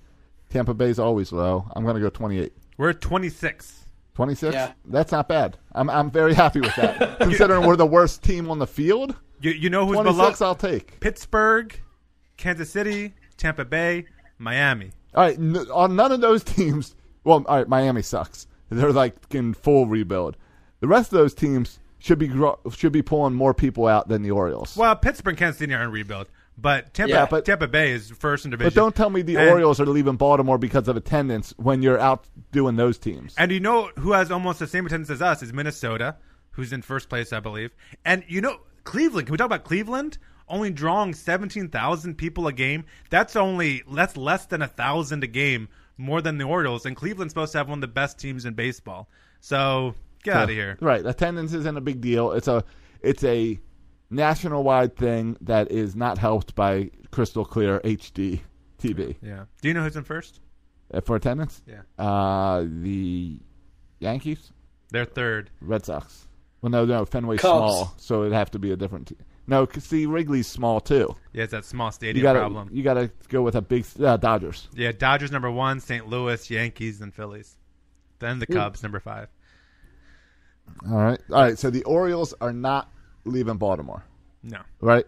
S2: Tampa Bay's always low. I'm going to go 28.
S4: We're at 26.
S2: 26?
S6: Yeah.
S2: That's not bad. I'm, I'm very happy with that. Considering we're the worst team on the field,
S4: You, you know who's
S2: 26
S4: below?
S2: I'll take.
S4: Pittsburgh, Kansas City, Tampa Bay, Miami.
S2: All right, n- on none of those teams. Well, all right, Miami sucks. They're like in full rebuild. The rest of those teams should be gro- should be pulling more people out than the Orioles.
S4: Well, Pittsburgh and Kansas City are in rebuild, but Tampa,
S6: Yeah,
S2: but-
S4: Tampa Bay is first in division.
S2: But don't tell me the
S4: And-
S2: Orioles are leaving Baltimore because of attendance when you're out doing those teams.
S4: And you know who has almost the same attendance as us is Minnesota, who's in first place, I believe. And you know Cleveland. Can we talk about Cleveland? Only drawing seventeen thousand people a game. That's only that's less than a thousand a game more than the Orioles. And Cleveland's supposed to have one of the best teams in baseball. So get out of here.
S2: Right. Attendance isn't a big deal. It's a it's a national wide thing that is not helped by crystal clear HD TV.
S4: Yeah. Do you know who's in first?
S2: Uh, For attendance?
S4: Yeah.
S2: Uh the Yankees?
S4: They're third.
S2: Red Sox. Well no no, Fenway's
S6: Cubs.
S2: small, so it'd have to be a different team. No, 'cause see Wrigley's small too.
S4: Yeah, it's that small
S2: You
S4: stadium
S2: got to
S4: problem.
S2: you got to go with a big uh, Dodgers.
S4: yeah, Dodgers number one, St. Louis, Yankees, and Phillies. Then the
S6: Hmm.
S4: Cubs number five.
S2: All right. All right, so the Orioles are not leaving Baltimore,
S4: No.
S2: right?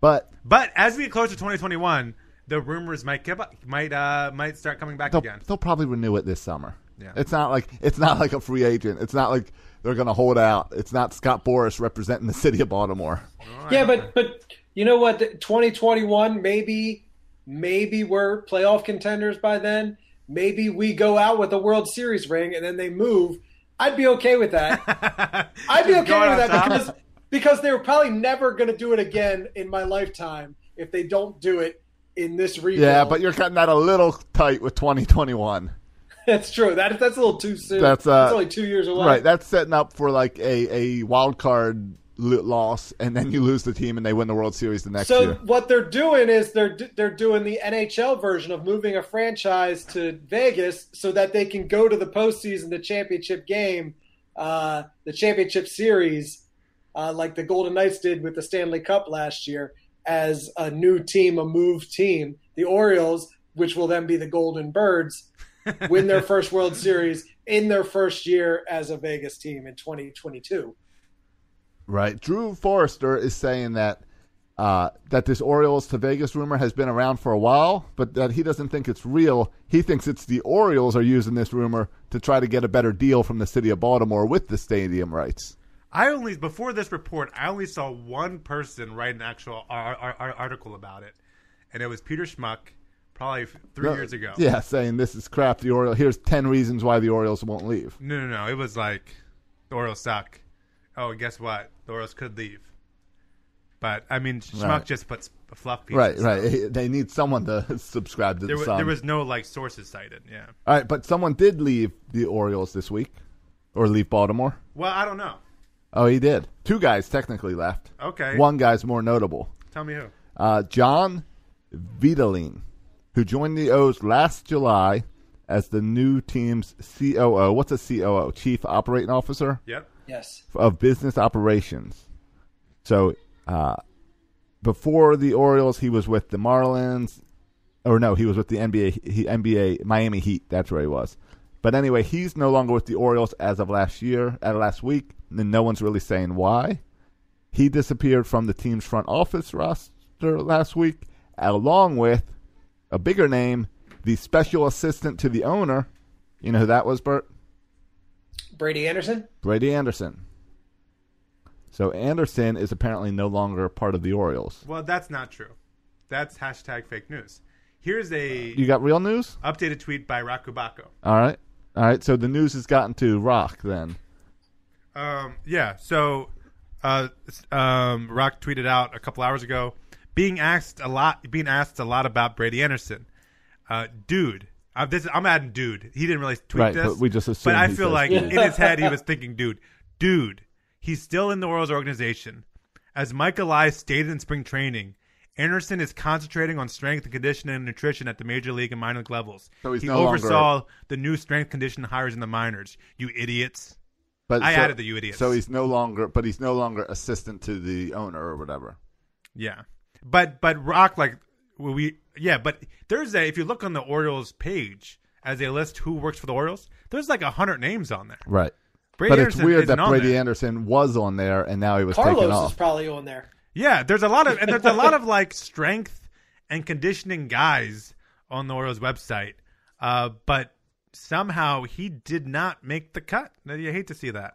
S2: But
S4: But as we get closer to 2021, the rumors might give up, might uh, might start coming back
S2: they'll,
S4: again.
S2: they'll probably renew it this summer.
S4: Yeah.
S2: It's not like it's not like a free agent. It's not like they're going to hold out. It's not Scott Boris representing the city of Baltimore.
S6: Yeah, but but you know what? 2021, maybe maybe we're playoff contenders by then. Maybe we go out with a World Series ring and then they move. I'd be okay with that. I'd be
S4: Just
S6: okay
S4: going
S6: with that
S4: on top.
S6: because because they're probably never going to do it again in my lifetime if they don't do it in this region.
S2: Yeah, but you're cutting that a little tight with 2021.
S6: that's true. That that's a little too soon.
S2: That's, uh,
S6: only two years away.
S2: Right, that's setting up for like a a wild card lo- loss, and then you lose the team, and they win the World Series the next
S6: so
S2: year.
S6: what they're doing is they're they're doing the NHL version of moving a franchise to Vegas so that they can go to the postseason, the championship game, uh, the championship series, uh, like the Golden Knights did with the Stanley Cup last year, as a new team, a move team. The Orioles, which will then be the Golden Birds, win their first World Series in their first year as a Vegas team in 2022.
S2: Right. Drew Forrester is saying that uh, that this Orioles to Vegas rumor has been around for a while, but that he doesn't think it's real. He thinks it's the Orioles are using this rumor to try to get a better deal from the city of Baltimore with the stadium rights.
S4: I only before this report, I only saw one person write an actual ar- ar- ar- article about it, and it was Peter Schmuck, probably f- three
S2: No,
S4: years ago.
S2: Yeah, saying this is crap. The Orioles. Here's ten reasons why the Orioles won't leave.
S4: No, no, no. It was like the Orioles suck. Oh, and guess what? The Orioles could leave. But I mean, Schmuck
S2: Right.
S4: just puts fluff pieces.
S2: Right,
S4: so
S2: right. They need someone to subscribe to
S4: There,
S2: the
S4: wa-
S2: Sun.
S4: there was no like sources cited. Yeah.
S2: All right, but someone did leave the Orioles this week, or leave Baltimore.
S4: Well, I don't know.
S2: Oh, he did. Two guys technically left.
S4: Okay.
S2: One guy's more notable.
S4: Tell me who.
S2: Uh, John Vitaline, who joined the O's last July as the new team's COO. What's a COO? Chief Operating Officer
S4: Yep.
S6: Yes.
S2: of Business Operations. So uh, before the Orioles, he was with the Marlins, or no, he was with the NBA, he, NBA Miami Heat. That's where he was. But anyway, he's no longer with the Orioles as of last year, uh, last week, and no one's really saying why. He disappeared from the team's front office roster last week, along with a bigger name, the special assistant to the owner. You know who that was, Bert?
S6: Brady Anderson.
S2: Brady Anderson. So Anderson is apparently no longer part of the Orioles.
S4: Well, that's not true. That's hashtag fake news. Here's a
S2: You got real news?
S4: updated tweet by Rakubako.
S2: All right. All right. So the news has gotten to Rock then.
S4: Um, yeah, so uh, s- um, Rock tweeted out a couple hours ago, being asked a lot, being asked a lot about Brady Anderson. Uh, dude, uh, this I'm adding dude. He didn't really tweet
S2: Right,
S4: this,
S2: but we just assume
S4: But I
S2: he
S4: feel
S2: says
S4: like
S2: dude.
S4: in his head he was thinking, dude, dude. He's still in the Orioles organization. As Mike Elias stated in spring training, Anderson is concentrating on strength and conditioning and nutrition at the major league and minor league levels.
S2: So he's
S4: he
S2: no longer-
S4: oversaw the new strength condition hires in the minors. You idiots.
S2: But
S4: I added the you idiots.
S2: So he's no longer, but he's no longer assistant to the owner or whatever.
S4: Yeah, but but Rock like we, we yeah, but there's a if you look on the Orioles page as they list who works for the Orioles, there's like a hundred names on there.
S2: Right.
S4: Brady
S2: but
S4: Anderson
S2: it's weird
S4: isn't
S2: that
S4: on
S2: Brady
S4: there.
S2: Anderson was on there and now he was taken
S6: Carlos
S2: off.
S6: is probably on there.
S4: Yeah, there's a lot of and there's a lot of like strength and conditioning guys on the Orioles website, uh, but somehow he did not make the cut. Now, You hate to see that.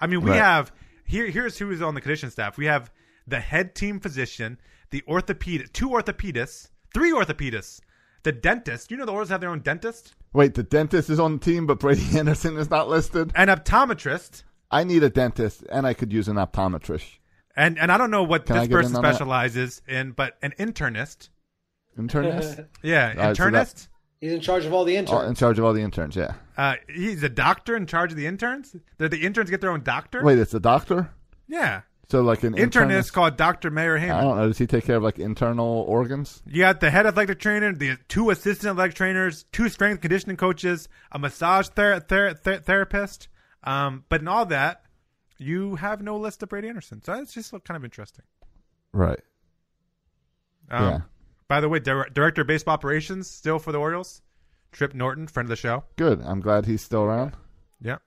S4: I mean, we
S2: Right.
S4: have here. Here's who is on the condition staff. We have the head team physician, the orthopedic, two orthopedists, three orthopedists, the dentist. You know, the Orioles have their own dentist,
S2: Wait, the dentist is on the team, but Brady Anderson is not listed.
S4: an optometrist,
S2: I need a dentist and I could use an optometrist.
S4: and and I don't know what
S2: Can I
S4: this
S2: get in
S4: person
S2: on that?
S4: specializes in, but an internist.
S2: Internist?
S4: Yeah,
S2: All right, so
S4: internist.
S2: that-
S6: He's in charge of all the
S2: Oh, in
S6: interns.
S2: charge of all the interns, yeah.
S4: Uh, he's a doctor in charge of the interns. Did the interns get their own doctor?
S2: Wait, it's a doctor?
S4: yeah,
S2: So like an
S4: internist,
S2: internist?
S4: called Doctor Mayor
S2: I
S4: Heyman.
S2: don't know. Does he take care of like internal organs?
S4: You got the head athletic trainer, the two assistant athletic trainers, two strength conditioning coaches, a massage ther- ther- ther- therapist. Um, but in all that, you have no list of Brady Anderson, so that's just kind of interesting.
S2: Right.
S4: Um,
S2: Yeah.
S4: By the way, dir- director of baseball operations still for the Orioles, Trip Norton, friend of the show.
S2: Good. I'm glad he's still around.
S4: Yeah.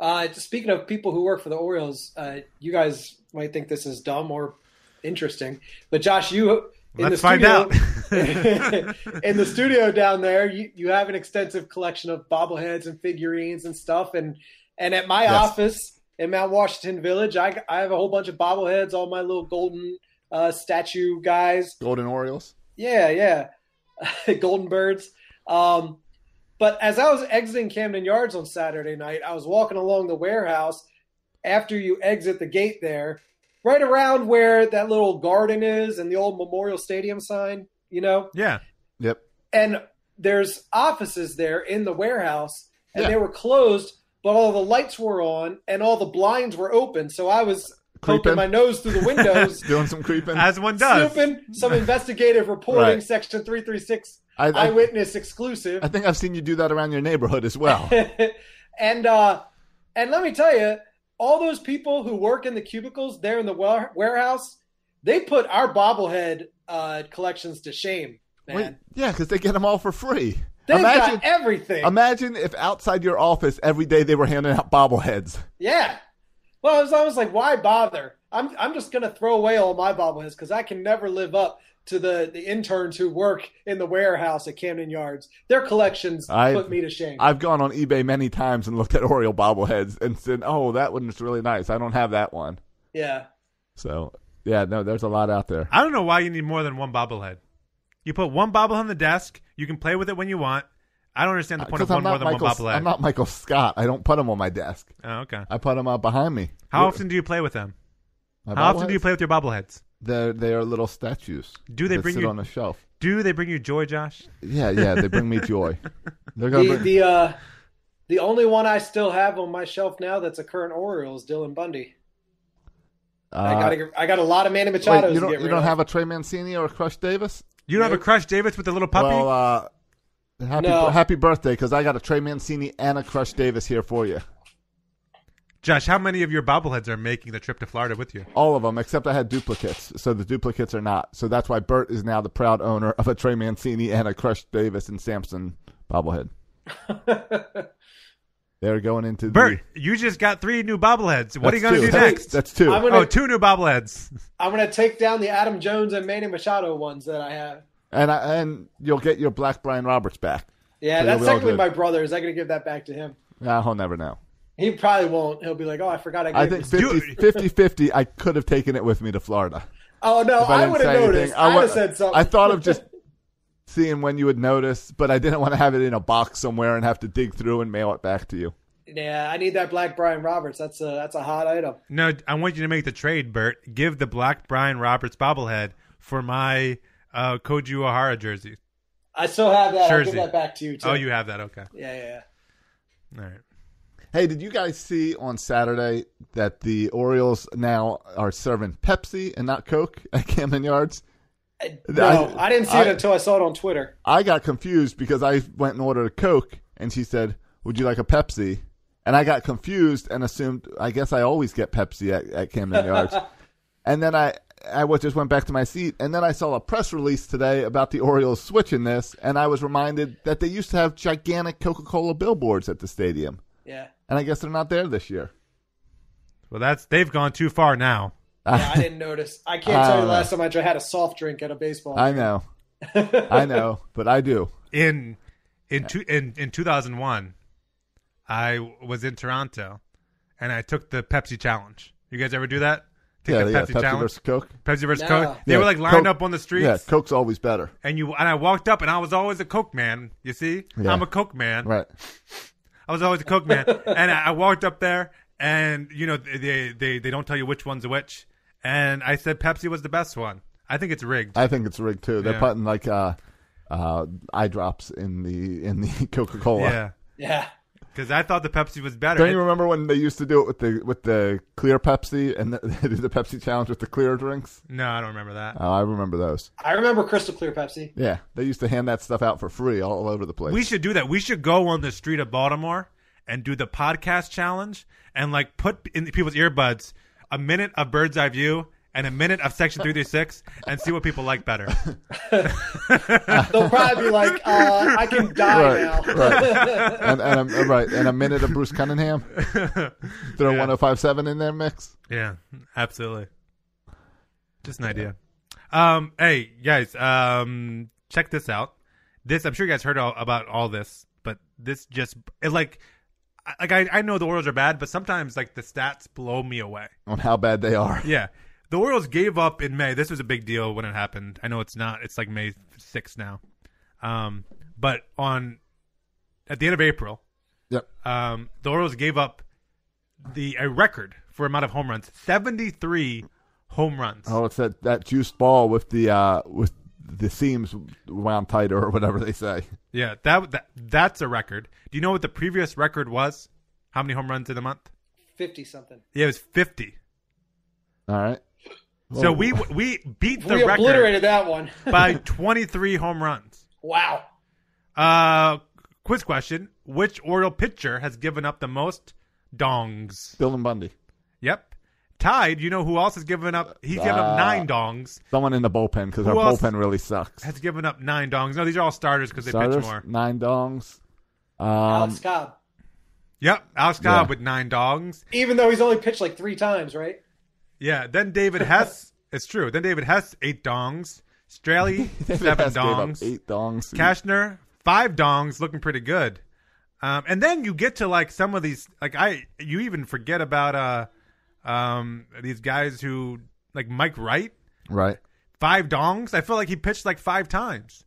S6: Uh, speaking of people who work for the Orioles, uh, you guys might think this is dumb or interesting, but Josh, you in
S4: Let's
S6: the
S4: find
S6: studio,
S4: out.
S6: in the studio down there, you, you have an extensive collection of bobbleheads and figurines and stuff. And, and at my office in Mount Washington Village, I, I have a whole bunch of bobbleheads, all my little golden uh, statue guys.
S2: Golden Orioles.
S6: Yeah, yeah. Golden Birds. Um, but as I was exiting Camden Yards on Saturday night, I was walking along the warehouse after you exit the gate there, right around where that little garden is and the old Memorial Stadium sign, you know?
S4: Yeah.
S2: Yep.
S6: And there's offices there in the warehouse, and
S2: Yeah.
S6: they were closed, but all the lights were on and all the blinds were open. So I was
S2: Creeping.
S6: poking my nose through the windows
S2: Doing some creeping.
S4: As one does.
S6: snooping, some investigative reporting,
S2: Right.
S6: section 336
S2: I- I-
S6: eyewitness exclusive.
S2: I think I've seen you do that around your neighborhood as well.
S6: and uh, and let me tell you, all those people who work in the cubicles there in the wa- warehouse, they put our bobblehead uh, collections to shame, man.
S2: Wait, yeah, because they get them all for free.
S6: They've
S2: imagine,
S6: got everything.
S2: imagine if outside your office every day they were handing out bobbleheads.
S6: yeah. Well, I was, I was like, why bother? I'm I'm just gonna throw away all my bobbleheads because I can never live up to the, the interns who work in the warehouse at Camden Yards. Their collections
S2: I-
S6: put me to shame.
S2: I've gone on eBay many times and looked at Oriole bobbleheads and said, "Oh, that one is really nice. I don't have that one."
S6: yeah.
S2: So yeah, no, there's a lot out there.
S4: I don't know why you need more than one bobblehead. You put one bobblehead on the desk. You can play with it when you want. I don't understand the point of
S2: Because
S4: one
S2: Uh, I'm not
S4: more than
S2: Michael.
S4: one bobblehead.
S2: I'm not Michael Scott. I don't put them on my desk.
S4: oh, okay.
S2: I put them out behind me.
S4: How often do you play with them?
S2: My
S4: How often do you
S2: bobbleheads?
S4: play with your bobbleheads?
S2: They're, they are little statues.
S4: Do they
S2: that
S4: bring
S2: sit
S4: you-
S2: on a shelf?
S4: Do they bring you joy, Josh?
S2: Yeah, yeah, they bring me joy. They're gonna
S6: the
S2: bring-
S6: the uh the only one I still have on my shelf now that's a current Oriole is Dylan Bundy. I
S2: uh,
S6: got to I got a lot of Manny
S2: wait,
S6: Machados.
S2: you
S6: to
S2: don't
S6: get
S2: you
S6: rid
S2: don't
S6: of.
S2: have a Trey Mancini or a Crush Davis?
S4: You don't have a crush, Davis, with the little puppy.
S2: Well, uh, happy
S6: No.
S2: happy birthday because I got a Trey Mancini and a Crush Davis here for you.
S4: Josh, how many of your bobbleheads are making the trip to Florida with you?
S2: All of them except I had duplicates, so the duplicates are not. So that's why Bert is now the proud owner of a Trey Mancini and a Crush Davis and Sampson bobblehead. They're going into
S4: Bert,
S2: The,
S4: you just got three new bobbleheads. What are
S2: that's
S4: you going to
S2: two.
S4: do
S2: That's-
S4: next?
S2: That's 2
S6: I'm gonna,
S4: Oh, two new bobbleheads.
S6: I'm gonna take down the Adam Jones and Manny Machado ones that I have.
S2: and I, and you'll get your Black Brian Roberts back.
S6: Yeah,
S2: So
S6: that's
S2: we're all
S6: technically
S2: good.
S6: my brother's. I gotta give that back to him.
S2: Nah, Ah, he'll never know.
S6: He probably won't. He'll be like, "Oh, I forgot I gave."
S2: I think
S6: this."
S2: 50, 50 50 I could have taken it with me to Florida.
S6: oh no,
S2: if I
S6: I
S2: didn't
S6: would have
S2: say anything,
S6: noticed.
S2: I
S6: I would have
S2: wa-
S6: said something.
S2: I thought of just seeing when you would notice, but I didn't want to have it in a box somewhere and have to dig through and mail it back to you.
S6: yeah, I need that Black Brian Roberts. That's a that's a hot item.
S4: No, I want you to make the trade, Bert. Give the black Brian Roberts bobblehead for my uh, Koji Ohara jersey.
S6: I still have that. I'll give
S4: Jersey.
S6: that back to you too.
S4: Oh, you have that. Okay.
S6: Yeah, yeah, yeah.
S4: All right.
S2: Hey, did you guys see on Saturday that the Orioles now are serving Pepsi and not Coke at Camden Yards?
S6: No, I, didn't see it
S2: I-
S6: until I saw it on Twitter.
S2: I got confused because I went and ordered a Coke, and she said, "Would you like a Pepsi?" And I got confused and assumed. I guess I always get Pepsi at, at Camden Yards. and then I I was- just went back to my seat, and then I saw a press release today about the Orioles switching this, and I was reminded that they used to have gigantic Coca-Cola billboards at the stadium,
S6: Yeah.
S2: and I guess they're not there this year.
S4: Well, that's they've gone too far now.
S6: Yeah, I didn't notice. I can't tell
S2: Uh,
S6: you the last time I dr- had a soft drink at a baseball.
S2: I know, I know, but I do.
S4: In in two, in in 2001, I was in Toronto, and I took the Pepsi challenge. You guys ever do that? Take
S2: yeah,
S4: the
S2: yeah,
S4: Pepsi
S2: Pepsi
S4: challenge.
S2: versus Coke.
S4: Pepsi versus
S6: No.
S4: Coke. They
S2: Yeah,
S4: were like lined
S2: Coke-
S4: up on the streets.
S2: Yeah, Coke's always better.
S4: and you and I walked up and I was always a Coke man. You see,
S2: Yeah.
S4: I'm a Coke man.
S2: Right.
S4: I was always a Coke man, and I, I walked up there, and you know they, they they don't tell you which one's which, and I said Pepsi was the best one. I think it's rigged.
S2: I think it's rigged too. They're
S4: Yeah.
S2: putting like uh, uh, eye drops in the in the Coca-Cola.
S4: yeah,
S6: yeah.
S4: because I thought the Pepsi was better.
S2: Don't you remember when they used to do it with the with the clear Pepsi and the, they did the Pepsi challenge with the clear drinks?
S4: no, I don't remember that.
S2: Oh, I remember those.
S6: I remember crystal clear Pepsi.
S2: Yeah, they used to hand that stuff out for free all over the place.
S4: We should do that. We should go on the street of Baltimore and do the podcast challenge and like put in people's earbuds a minute of Bird's Eye View and a minute of Section 336 and see what people like better.
S6: They'll probably be like, uh, I can die
S2: Right,
S6: now.
S2: right. and, and a, right, and a minute of Bruce Cunningham. Throw 105.7 in their mix.
S4: Yeah, absolutely. Just an idea. Um, hey guys, um, check this out. This I'm sure you guys heard all, about all this, but this just it like, I- like I, I know the Orioles are bad, but sometimes like the stats blow me away.
S2: On how bad they are.
S4: Yeah, the Orioles gave up in May. This was a big deal when it happened. I know it's not. It's like May 6th now. Um, but on at the end of April,
S2: Yep.
S4: um, the Orioles gave up the a record for amount of home runs, seventy three home runs.
S2: Oh, it's that, that juiced ball with the uh, with the seams wound tighter or whatever they say.
S4: Yeah, that, that that's a record. Do you know what the previous record was? How many home runs in a month?
S6: Fifty something.
S4: Yeah, it was fifty.
S2: All right. Whoa.
S4: So we we beat the
S6: we
S4: record
S6: obliterated that one.
S4: by twenty three home runs.
S6: Wow.
S4: Uh, quiz question: Which Oriole pitcher has given up the most dongs?
S2: Dylan Bundy.
S4: Yep. Tied. You know who else has given up? He's given
S2: Uh,
S4: up nine dongs.
S2: Someone in the bullpen because our
S4: Who else-
S2: bullpen really sucks.
S4: Has given up nine dongs. No, these are all starters because they pitch
S2: Starters,
S4: more.
S2: nine dongs. Um,
S6: Alex Cobb.
S4: Yep, Alex Cobb
S2: Yeah.
S4: with nine dogs.
S6: Even though he's only pitched like three times, right?
S4: Yeah, then David Hess. it's true. Then David Hess eight dongs. Straley
S2: David
S4: seven
S2: Hess gave up
S4: dongs.
S2: Eight dongs.
S4: Kashner five dongs, looking pretty good. Um, and then you get to like some of these, like I, you even forget about uh, um, these guys who like Mike Wright
S2: Right.
S4: five dongs. I feel like he pitched like five times.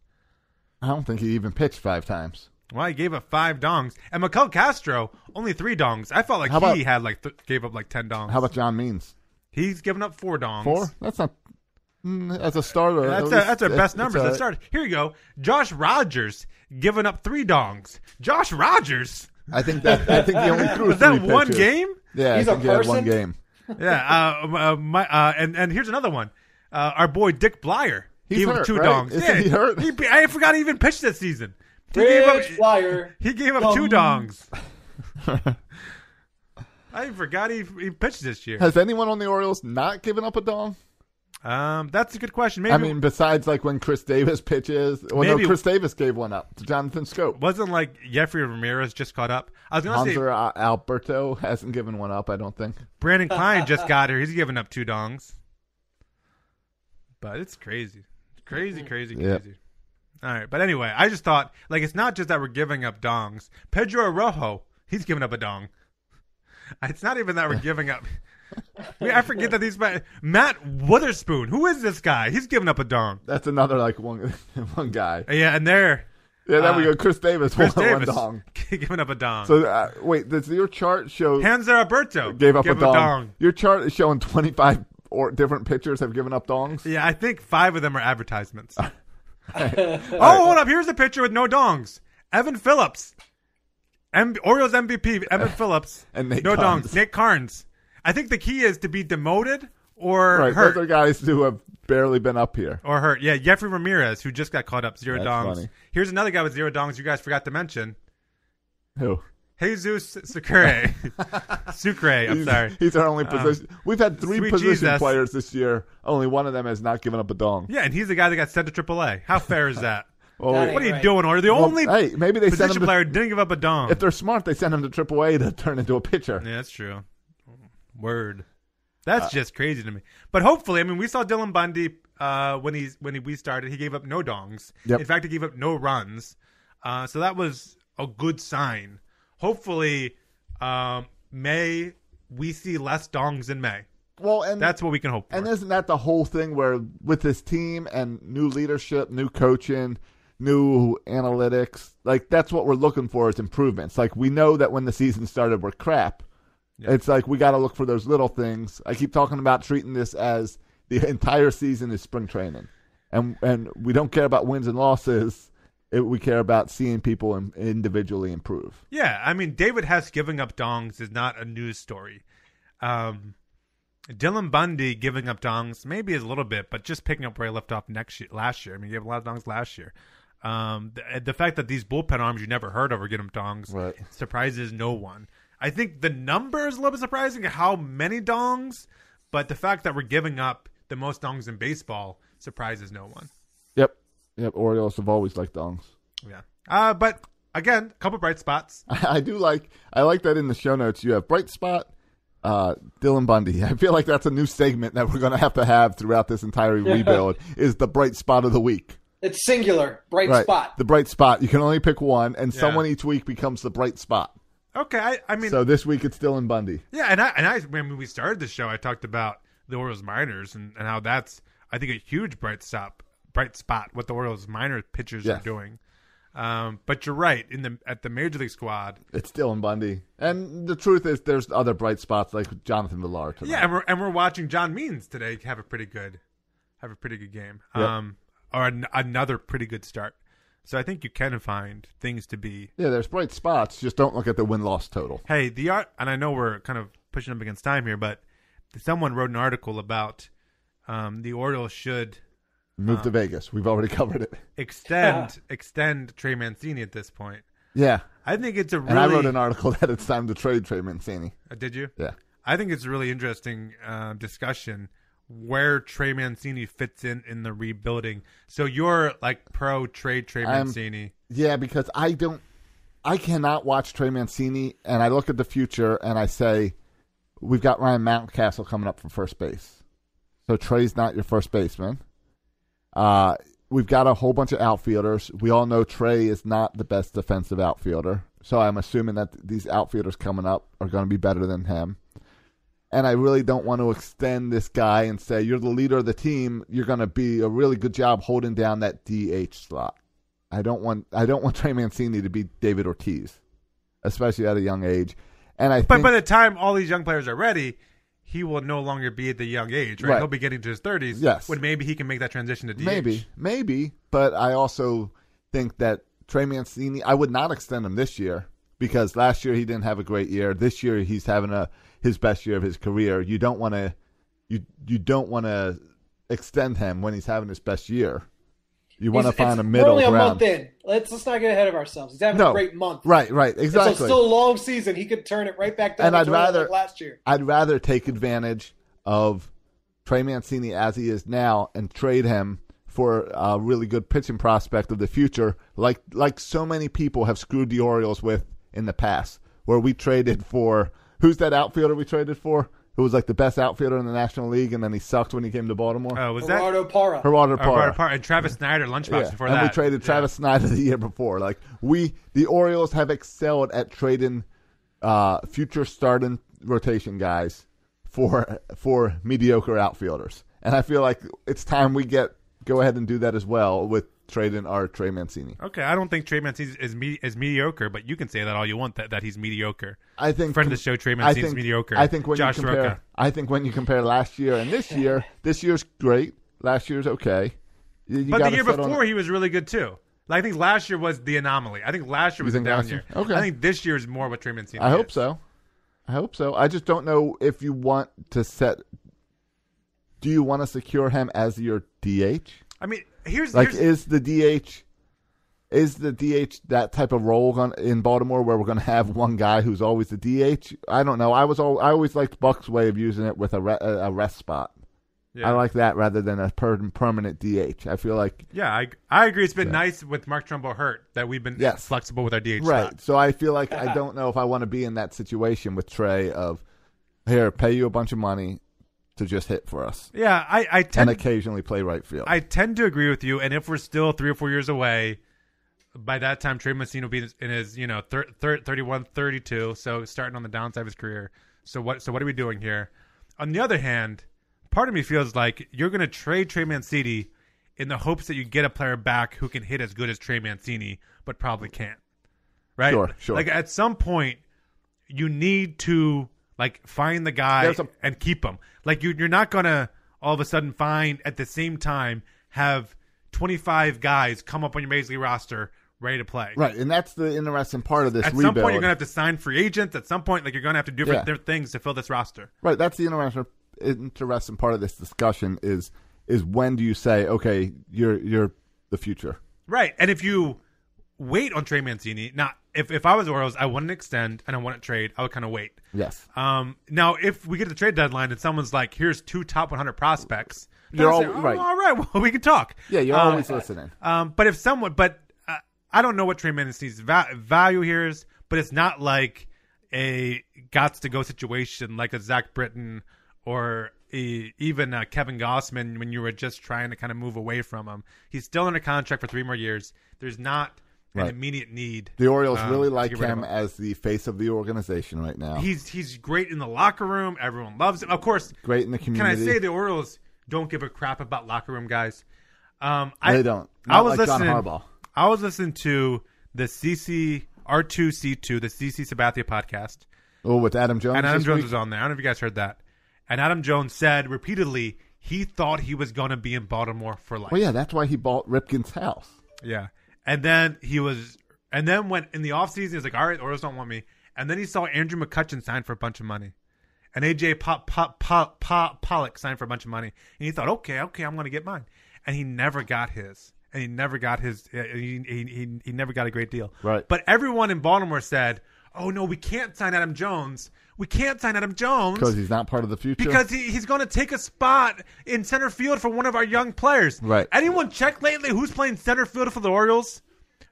S2: I don't think he even pitched five times.
S4: Well, he gave up five dongs, and Mikel Castro only three dongs. I felt like
S2: How
S4: he
S2: about-
S4: had like th- gave up like ten dongs.
S2: How about John Means?
S4: He's given up four dongs.
S2: Four? That's not. Mm, as a starter, at
S4: That's a,
S2: least
S4: that's our
S2: it-
S4: best
S2: it's
S4: numbers.
S2: all
S4: Let's
S2: right.
S4: start. Here you go. Josh Rogers giving up three dongs. Josh Rogers.
S2: I think that I think he only threw
S4: Was that
S2: three
S4: one
S2: pitches.
S4: game?
S2: Yeah,
S6: He's
S2: I
S6: a
S2: think he had one
S6: person?
S2: game.
S4: Yeah. Uh, uh, my, uh, and and here's another one. Uh, our boy Dick Blyer
S2: He's
S4: gave up
S2: hurt,
S4: two
S2: right?
S4: dongs.
S2: Isn't he hurt?
S4: be- I forgot he even pitched this season. He
S6: Rich
S4: gave up.
S6: Flyer.
S4: He gave up two dongs. I forgot he, he pitched this year.
S2: Has anyone on the Orioles not given up a dong?
S4: Um, that's a good question. Maybe
S2: I mean, besides like when Chris Davis pitches. Well,
S4: Maybe-
S2: no, Chris Davis gave one up to Jonathan Scope.
S4: wasn't like Jeffrey Ramirez just caught up. I was gonna
S2: Hanser
S4: say
S2: uh, Alberto hasn't given one up. I don't think.
S4: Brandon Klein just got here. He's giving up two dongs, but it's crazy, crazy, crazy,
S2: Yeah.
S4: crazy. All right, but anyway, I just thought like it's not just that we're giving up dongs. Pedro Rojo, he's giving up a dong. It's not even that we're giving up. We- I forget that these guys- Matt Witherspoon. Who is this guy? He's giving up a dong.
S2: That's another like one one guy.
S4: Yeah, and there,
S2: Yeah, there we
S4: Uh,
S2: go. Chris Davis
S4: Chris
S2: one,
S4: Davis
S2: one dong.
S4: giving up a dong.
S2: So uh, wait, does your chart show
S4: Hanser Alberto
S2: gave up
S4: gave
S2: a dong? Your chart is showing twenty five or different pitchers have given up dongs.
S4: Yeah, I think five of them are advertisements. oh, hold up. Here's a picture with no dongs. Evan Phillips. M- Orioles MVP, Evan Phillips.
S2: And Nate
S4: no
S2: Carnes.
S4: dongs. Nick Carnes. I think the key is to be demoted or
S2: Right,
S4: hurt.
S2: those are guys who have barely been up here.
S4: Or hurt. Yeah, Jeffrey Ramirez, who just got caught up, zero
S2: That's
S4: dongs.
S2: funny.
S4: Here's another guy with zero dongs you guys forgot to mention.
S2: Who?
S4: Jesus Sucre. Sucre, I'm
S2: He's-
S4: sorry. Uh,
S2: He's our only position. We've had three
S4: sweet
S2: position
S4: Jesus.
S2: players this year. Only one of them has not given up a dong.
S4: Yeah, and he's the guy that got sent to AAA. How fair is that?
S2: Well,
S6: That
S2: we-
S4: What are you
S6: Right.
S4: doing, Or The
S2: well,
S4: only
S2: hey, maybe they sent
S4: position
S2: him. To,
S4: player didn't give up a dong.
S2: if they're smart, they send him to AAA to turn into a pitcher.
S4: Yeah, that's true. Word. That's just crazy to me. But hopefully, I mean, we saw Dylan Bundy uh, when he's when he, we started. He gave up no dongs.
S2: Yep.
S4: In fact, he gave up no runs. Uh, so that was a good sign. Hopefully, um, May we see less dongs in May.
S2: Well, and
S4: That's what we can hope for.
S2: And isn't that the whole thing where with this team and new leadership, new coaching, new analytics, like that's what we're looking for is improvements. Like we know that when the season started we're crap. It's like we got to look for those little things. I keep talking about treating this as the entire season is spring training. And and we don't care about wins and losses. It, we care about seeing people im- individually improve.
S4: Yeah, I mean, David Hess giving up dongs is not a news story. Um, Dylan Bundy giving up dongs maybe is a little bit, but just picking up where he left off next year, last year. I mean, he gave a lot of dongs last year. Um, the, the fact that these bullpen arms you never heard of are getting dongs
S2: Right.
S4: surprises no one. I think the number is a little bit surprising how many dongs, but the fact that we're giving up the most dongs in baseball surprises no one.
S2: Yep. Yep. Orioles have always liked dongs.
S4: Yeah. Uh, but again, a couple bright spots.
S2: I do like I like that in the show notes you have Bright Spot, uh, Dylan Bundy. I feel like that's a new segment that we're gonna have to have throughout this entire rebuild is the bright spot of the week.
S6: It's singular, bright spot.
S2: The bright spot. You can only pick one and someone each week becomes the bright spot.
S4: Okay, I, I mean,
S2: so this week it's Dylan Bundy.
S4: Yeah, and I and I when we started the show, I talked about the Orioles minors and, and how that's I think a huge bright spot bright spot what the Orioles minor pitchers
S2: Yes.
S4: are doing. Um, but you're right in the at the major league squad.
S2: It's Dylan Bundy. And the truth is there's other bright spots like Jonathan Villar tonight.
S4: Yeah, and we're and we're watching John Means today have a pretty good have a pretty good game.
S2: Yep.
S4: Um, or an, another pretty good start. So I think you can find things to be
S2: Yeah, there's bright spots, just don't look at the win loss total.
S4: Hey, the art, and I know we're kind of pushing up against time here, but someone wrote an article about um, the Orioles should
S2: Move
S4: Uh.
S2: to Vegas. We've already covered it.
S4: extend extend Trey Mancini at this point.
S2: Yeah.
S4: I think it's a really.
S2: And I wrote an article that it's time to trade Trey Mancini.
S4: Uh, Did you?
S2: Yeah.
S4: I think it's a really interesting uh, discussion where Trey Mancini fits in in the rebuilding. So you're like pro trade Trey
S2: I'm-
S4: Mancini.
S2: Yeah, because I don't, I cannot watch Trey Mancini, and I look at the future and I say, we've got Ryan Mountcastle coming up from first base, so Trey's not your first baseman. Uh, we've got a whole bunch of outfielders. We all know Trey is not the best defensive outfielder, so I'm assuming that th- these outfielders coming up are going to be better than him. And I really don't want to extend this guy and say you're the leader of the team. You're going to be a really good job holding down that DH slot. I don't want I don't want Trey Mancini to be David Ortiz, especially at a young age. And I
S4: But
S2: think,
S4: by the time all these young players are ready, he will no longer be at the young age, right?
S2: Right.
S4: He'll be getting to his 30s.
S2: Yes.
S4: When maybe he can make that transition to DH.
S2: Maybe, maybe, but I also think that Trey Mancini. I would not extend him this year because last year he didn't have a great year. This year he's having a his best year of his career. You don't want to, you you don't want to extend him when he's having his best year. You want to
S6: He's- it's-
S2: find a middle
S6: We're only
S2: ground.
S6: a month in. Let's let's not get ahead of ourselves. He's having
S2: No,
S6: a great month.
S2: Right, right, exactly.
S6: It's a still long season. He could turn it right back down.
S2: And
S6: to
S2: I'd
S6: Jordan
S2: rather-
S6: like last year.
S2: I'd rather take advantage of Trey Mancini as he is now and trade him for a really good pitching prospect of the future, like like so many people have screwed the Orioles with in the past, where we traded for who's that outfielder we traded for? Who was like the best outfielder in the National League, and then he sucked when he came to Baltimore.
S4: Uh, was that
S6: Gerardo Parra.
S2: Oh, Gerardo
S4: Or Robert
S2: Parra.
S4: Parr and Travis Snyder lunchbox
S2: Yeah,
S4: before
S2: and
S4: that.
S2: we traded Travis Snyder the year before. Like we, the Orioles have excelled at trading uh, future starting rotation guys for for mediocre outfielders, and I feel like it's time we get go ahead and do that as well with trading our Trey Mancini.
S4: Okay, I don't think Trey Mancini is me- is mediocre, but you can say that all you want that, that he's mediocre.
S2: I think
S4: Friend of the show, Trey
S2: I
S4: Mancini's
S2: think
S4: mediocre.
S2: I think when
S4: Josh
S2: you compare,
S4: Roca.
S2: I think when you compare last year and this year, this year's great. Last year's okay. You- you
S4: But the
S2: gotta
S4: year
S2: settle on-
S4: before, he was really good too. Like, I think last year was the anomaly. I think last year was a
S2: think
S4: down
S2: last
S4: year.
S2: year? Okay.
S4: I think this year is more what Trey Mancini.
S2: I hope
S4: is.
S2: so. I hope so. I just don't know if you want to set. Do you want to secure him as your DH?
S4: I mean, here's
S2: Like,
S4: here's,
S2: is the DH Is the DH that type of role gon- in Baltimore where we're going to have one guy who's always the DH? I don't know. I was all, I always liked Buck's way of using it with a re- a a rest spot.
S4: Yeah.
S2: I like that rather than a per- permanent DH. I feel like
S4: Yeah, I, I agree. It's been nice with Mark Trumbo hurt that we've been
S2: Yes.
S4: flexible with our DH
S2: right.
S4: spot.
S2: So I feel like I don't know if I want to be in that situation with Trey of here pay you a bunch of money to just hit for us
S4: Yeah, I, I
S2: and
S4: tend
S2: occasionally play right field.
S4: I tend to agree with you. And if we're still three or four years away, by that time Trey Messina will be in his you know thir- thir- 31, 32, so starting on the downside of his career. So what? So what are we doing here? On the other hand, part of me feels like you're going to trade Trey Mancini in the hopes that you get a player back who can hit as good as Trey Mancini, but probably can't. Right?
S2: Sure, sure.
S4: Like at some point, you need to like find the guy
S2: There's a-
S4: and keep him. Like you, you're not gonna all of a sudden find at the same time have 25 guys come up on your major league roster ready to play.
S2: right, and that's the interesting part of this
S4: At some
S2: rebuild.
S4: point, you're gonna have to sign free agents. At some point, like you're gonna have to do different
S2: Yeah.
S4: different things to fill this roster.
S2: Right. That's the interesting interesting part of this discussion is is when do you say okay you're you're the future?
S4: Right. And if you wait on Trey Mancini, now if if I was the Orioles, I wouldn't extend and I wouldn't trade. I would kind of wait.
S2: Yes.
S4: Um, now, if we get to the trade deadline and someone's like, "Here's two top 100 prospects," then
S2: You're
S4: I
S2: all-
S4: say, "Oh,
S2: right.
S4: All right, well, we can talk.
S2: Yeah, you're
S4: Um,
S2: always listening.
S4: Um, but if someone, but uh, I don't know what Trey Mancini's va- value here is, but it's not like a gots to go situation like a Zach Britton or a, even uh Kevin Gossman when you were just trying to kind of move away from him. He's still under contract for three more years. There's not an
S2: Right.
S4: immediate need.
S2: The Orioles
S4: um,
S2: really
S4: to
S2: like
S4: get rid of
S2: him as the face of the organization right now.
S4: He's he's great in the locker room. Everyone loves him. Of course,
S2: Great in the community.
S4: Can I say the Orioles don't give a crap about locker room guys? Um,
S2: They don't. Not like John Harbaugh.
S4: I was listening to the CC R2C2, the CC Sabathia podcast,
S2: oh, with Adam Jones.
S4: and Adam
S2: this
S4: Jones
S2: week?
S4: was on there. I don't know if you guys heard that. And Adam Jones said repeatedly he thought he was going to be in Baltimore for life.
S2: Well, yeah, that's why he bought Ripken's house.
S4: Yeah. And then he was, and then when in the offseason, he was like, all right, the Orioles don't want me. And then he saw Andrew McCutcheon sign for a bunch of money. And AJ Pop, Pop, Pop, Pop, Pollock signed for a bunch of money. And he thought, okay, okay, I'm going to get mine. And he never got his. And he never got his, uh, he, he, he, he never got a great deal.
S2: Right.
S4: But everyone in Baltimore said, oh, no, we can't sign Adam Jones. We can't sign Adam Jones
S2: Because he's not part of the future.
S4: because he, he's going to take a spot in center field for one of our young players.
S2: Right.
S4: Anyone check lately who's playing center field for the Orioles?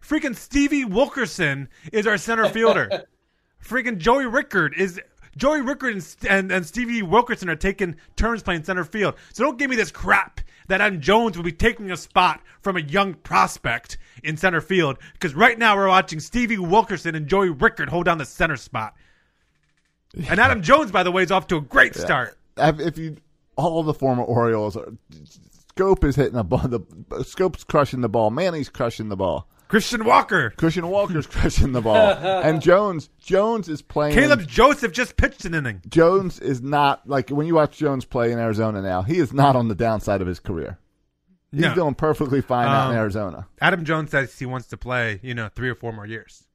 S4: Freaking Stevie Wilkerson is our center fielder. Freaking Joey Rickard is. Joey Rickard and, St- and, and Stevie Wilkerson are taking turns playing center field. So don't give me this crap that Adam Jones will be taking a spot from a young prospect in center field because right now we're watching Stevie Wilkerson and Joey Rickard hold down the center spot. And Adam Jones, by the way, is off to a great start.
S2: If if you all the former Orioles, are, Scope is hitting the ball. The Scope's crushing the ball. Manny's crushing the ball.
S4: Christian Walker.
S2: Christian Walker's crushing the ball. And Jones, Jones is playing.
S4: Caleb Joseph just pitched an inning.
S2: Jones is not like when you watch Jones play in Arizona now. He is not on the downside of his career. He's
S4: No.
S2: doing perfectly fine out in
S4: Um,
S2: Arizona.
S4: Adam Jones says he wants to play, you know, three or four more years.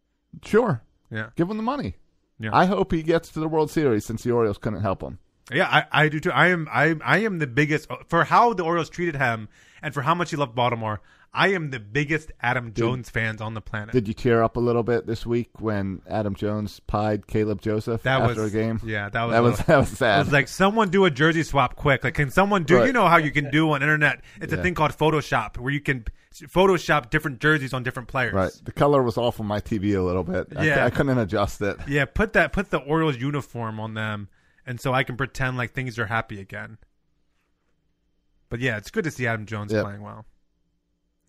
S2: Sure,
S4: Yeah.
S2: give him the money.
S4: Yeah.
S2: I hope he gets to the World Series since the Orioles couldn't help him.
S4: Yeah, I, I do too. I am I I am the biggest for how the Orioles treated him and for how much he loved Baltimore. I am the biggest Adam Jones fans on the planet.
S2: Did you tear up a little bit this week when Adam Jones pied Caleb Joseph
S4: that
S2: after
S4: was
S2: a game?
S4: Yeah, that was
S2: that
S4: a
S2: was
S4: little-
S2: that was sad.
S4: It was like someone do a jersey swap quick. Like, can someone do?
S2: Right.
S4: You know how you can do on internet. It's
S2: Yeah.
S4: a thing called Photoshop, where you can Photoshop different jerseys on different players.
S2: right, the color was off on my TV a little bit. I,
S4: Yeah.
S2: I couldn't adjust it.
S4: Yeah, put that put the Orioles uniform on them, and so I can pretend like things are happy again. But yeah, it's good to see Adam Jones
S2: Yep.
S4: playing well.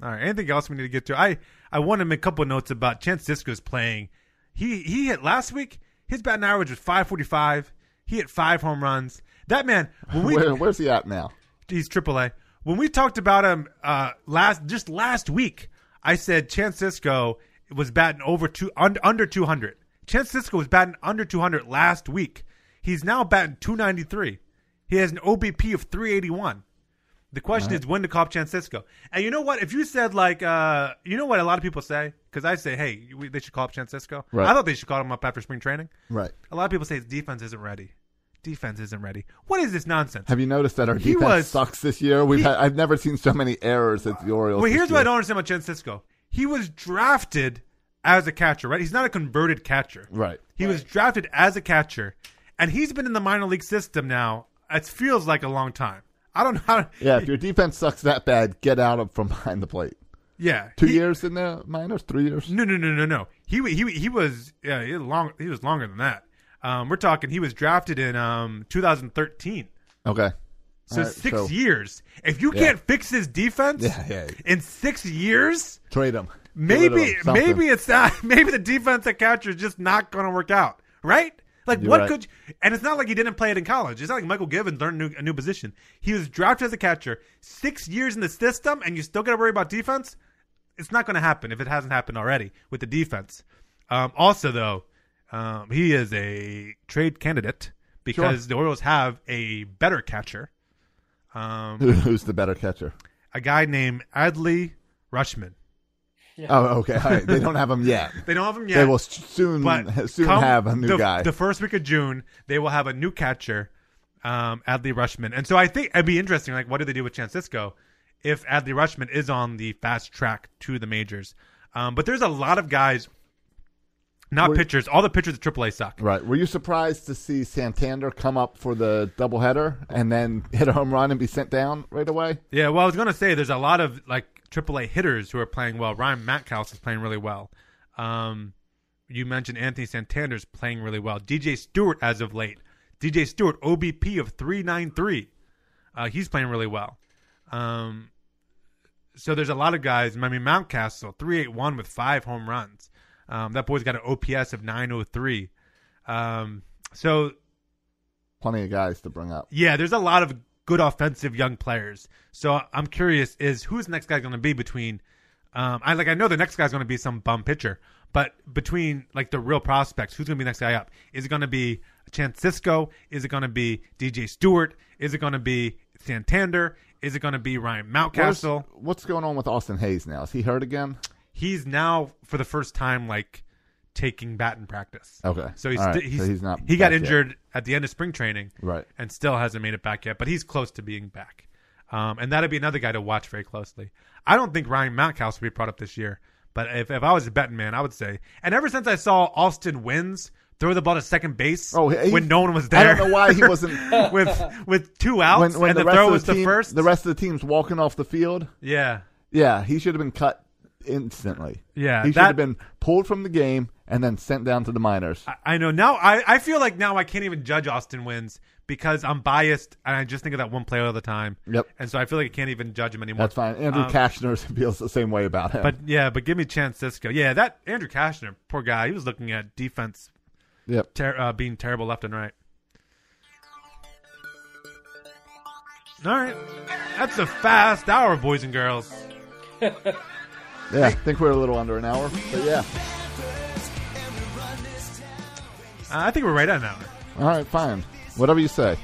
S4: All right, anything else we need to get to? I I want to make a couple notes about Chance Disco's playing. He he hit last week. His batting average was five forty five. He hit five home runs. That man, when we
S2: Where, where's he at now?
S4: he's AAA. When we talked about him uh, last just last week, I said Chance Cisco was batting over two un, under 200. Chance Cisco was batting under 200 last week. He's now batting 293. He has an OBP of 381. The question is when to call up Chance Cisco. And you know what? If you said like, uh, you know what a lot of people say because I say, hey, we, they should call up Chance Cisco.
S2: Right.
S4: I thought they should call him up after spring training.
S2: Right.
S4: A lot of people say his defense isn't ready. Defense isn't ready. What is this nonsense?
S2: Have you noticed that our
S4: He
S2: defense
S4: was-
S2: sucks this year? We've
S4: he-
S2: had, I've never seen so many errors at the Orioles.
S4: Well,
S2: this
S4: here's what I
S2: year.
S4: don't understand about Jan Cisco. He was drafted as a catcher, right? He's not a converted catcher.
S2: Right.
S4: He was drafted as a catcher, and he's been in the minor league system now. It feels like a long time. I don't know. How,
S2: Yeah, if your defense sucks that bad, get out of from behind the plate.
S4: yeah.
S2: Two
S4: He-
S2: years in the minors, three years.
S4: No, no, no, no, no. He wa- he he was yeah, he was long. He was longer than that. Um, we're talking. He was drafted in um 2013.
S2: Okay.
S4: So
S2: All right,
S4: six
S2: so-
S4: years. If you
S2: Yeah.
S4: can't fix his defense
S2: Yeah, yeah.
S4: in six years,
S2: Trade him. Get rid of
S4: maybe
S2: him. Something.
S4: maybe it's not maybe the defense at catcher is just not going to work out, right? Like
S2: You're
S4: what
S2: right.
S4: could and it's not like he didn't play it in college. It's not like Michael Givens learned a new, a new position. He was drafted as a catcher, six years in the system, and you still got to worry about defense. It's not going to happen if it hasn't happened already with the defense. Um, also, though, um, he is a trade candidate because the Orioles have a better catcher, um,
S2: Who- Who's the better catcher?
S4: a guy named Adley Rushman.
S2: Oh, okay. All right. They don't have him yet.
S4: They don't have him yet.
S2: They will s- soon
S4: but
S2: soon
S4: come
S2: have a new
S4: the,
S2: guy.
S4: The first week of June, they will have a new catcher, um, Adley Rushman, and so I think it'd be interesting. Like, what do they do with Francisco if Adley Rushman is on the fast track to the majors? Um, but there's a lot of guys, not
S2: Were-
S4: pitchers. All the pitchers at AAA suck.
S2: Right. Were you surprised to see Santander come up for the doubleheader and then hit a home run and be sent down right away?
S4: Yeah, well, I was gonna say there's a lot of like AAA hitters who are playing well. Ryan Matkaus is playing really well. Um, you mentioned Anthony Santander's playing really well. DJ Stewart as of late. DJ Stewart OBP of three nine three. Uh, he's playing really well. Um, so there's a lot of guys. I mean, Mountcastle three eight one with five home runs. Um, that boy's got an OPS of nine oh three. Um, so
S2: Plenty of guys to bring up.
S4: yeah, there's a lot of good offensive young players. So I'm curious is who's the next guy going to be between um I like I know the next guy's going to be some bum pitcher, but between like the real prospects, who's going to be the next guy up? Is it going to be Chancisco? Is it going to be DJ Stewart? Is it going to be Santander? Is it going to be Ryan
S2: Where's-
S4: Mountcastle?
S2: What's going on with Austin Hayes now? Is he hurt again?
S4: He's now for the first time like taking batting practice.
S2: Okay.
S4: So he's,
S2: All right.
S4: sti- he's,
S2: So he's not
S4: he got
S2: back yet.
S4: injured at the end of spring training.
S2: Right.
S4: And still hasn't made it back yet, but he's close to being back. Um, and that'd be another guy to watch very closely. I don't think Ryan Mountcastle will be brought up this year, but if, if I was a betting man, I would say. And ever since I saw Austin Wins throw the ball to second base
S2: Oh, he-
S4: when no one was
S2: I
S4: there,
S2: don't know why he wasn't.
S4: with with two outs
S2: when when
S4: and the,
S2: rest
S4: throw
S2: of
S4: was
S2: the, team,
S4: the first.
S2: the rest of the team's walking off the field.
S4: yeah.
S2: Yeah, he should have been cut instantly.
S4: Yeah,
S2: he should
S4: that-
S2: have been pulled from the game and then sent down to the minors.
S4: I- I know now. I, I feel like now I can't even judge Austin wins because I'm biased and I just think of that one player all the time.
S2: Yep.
S4: And so I feel like I can't even judge him anymore.
S2: That's fine. Andrew
S4: Um,
S2: Kashner feels the same way about him.
S4: But yeah, but give me Chance Cisco. Yeah, that Andrew Kashner, poor guy. He was looking at defense
S2: yep.
S4: ter- uh, being terrible left and right. All right, that's a fast hour, boys and girls.
S2: Yeah, I think we're a little under an hour. But yeah.
S4: Uh, I think we're right at an hour,
S2: All right, fine. Whatever you say.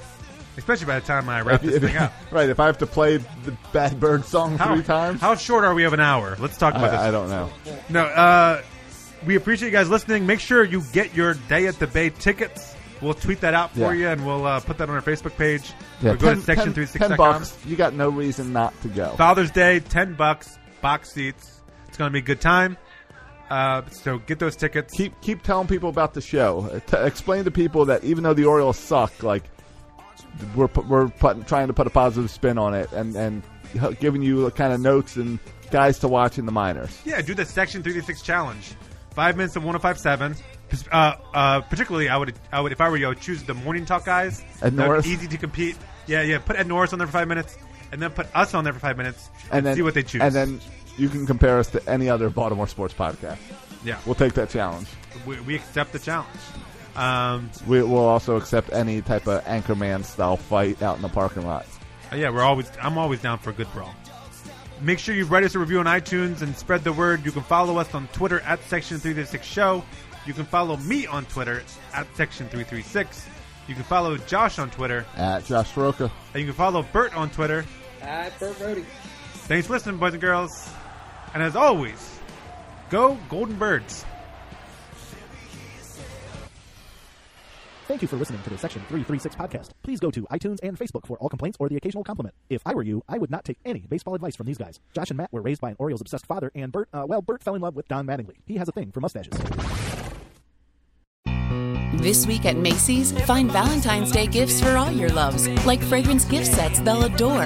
S4: especially by the time I wrap
S2: If-
S4: this
S2: if-
S4: thing up.
S2: right, if I have to play the Bad Bird song
S4: How,
S2: three times,
S4: how short are we of an hour? Let's talk about this.
S2: I, I don't know.
S4: No, uh, we appreciate you guys listening. Make sure you get your Day at the Bay tickets. We'll tweet that out for
S2: Yeah.
S4: you, and we'll uh, put that on our Facebook page.
S2: Yeah,
S4: Or go to
S2: 10 10
S4: section three
S2: 10 bucks. You got no reason not to go.
S4: Father's Day, ten bucks, box seats. It's gonna be a good time. Uh, so get those tickets.
S2: Keep keep telling people about the show. Uh, T- explain to people that even though the Orioles suck, like we're pu- we're putting, trying to put a positive spin on it and and h- giving you the kind of notes and guys to watch in the minors.
S4: Yeah, do the section 36 challenge. Five minutes of 1057. Uh, uh, particularly, I would, I would, if I were you, I would choose the morning talk guys.
S2: Ed
S4: They're
S2: Norris?
S4: easy to compete. Yeah, yeah. Put Ed Norris on there for five minutes, and then put us on there for five minutes,
S2: And then
S4: see what they choose.
S2: And then you can compare us to any other Baltimore sports podcast.
S4: yeah,
S2: We'll take that challenge.
S4: we, we accept the challenge. Um,
S2: We will also accept any type of Anchorman style fight out in the parking lot.
S4: yeah, we're always. I'm always down for a good brawl. Make sure you write us a review on iTunes and spread the word. You can follow us on Twitter at Section 336 Show. You can follow me on Twitter at Section 336. You can follow Josh on Twitter,
S2: At Josh Soroka.
S4: and you can follow Bert on Twitter.
S6: At Burt Brody.
S4: Thanks for listening, boys and girls. And as always, go Golden Birds.
S7: Thank you for listening to the Section 336 podcast. Please go to iTunes and Facebook for all complaints or the occasional compliment. If I were you, I would not take any baseball advice from these guys. Josh and Matt were raised by an Orioles obsessed father, and Bert, uh, well, Bert fell in love with Don Mattingly. He has a thing for mustaches.
S8: This week at Macy's, find Valentine's Day gifts for all your loves, like fragrance gift sets they'll adore.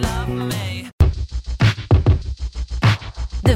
S9: The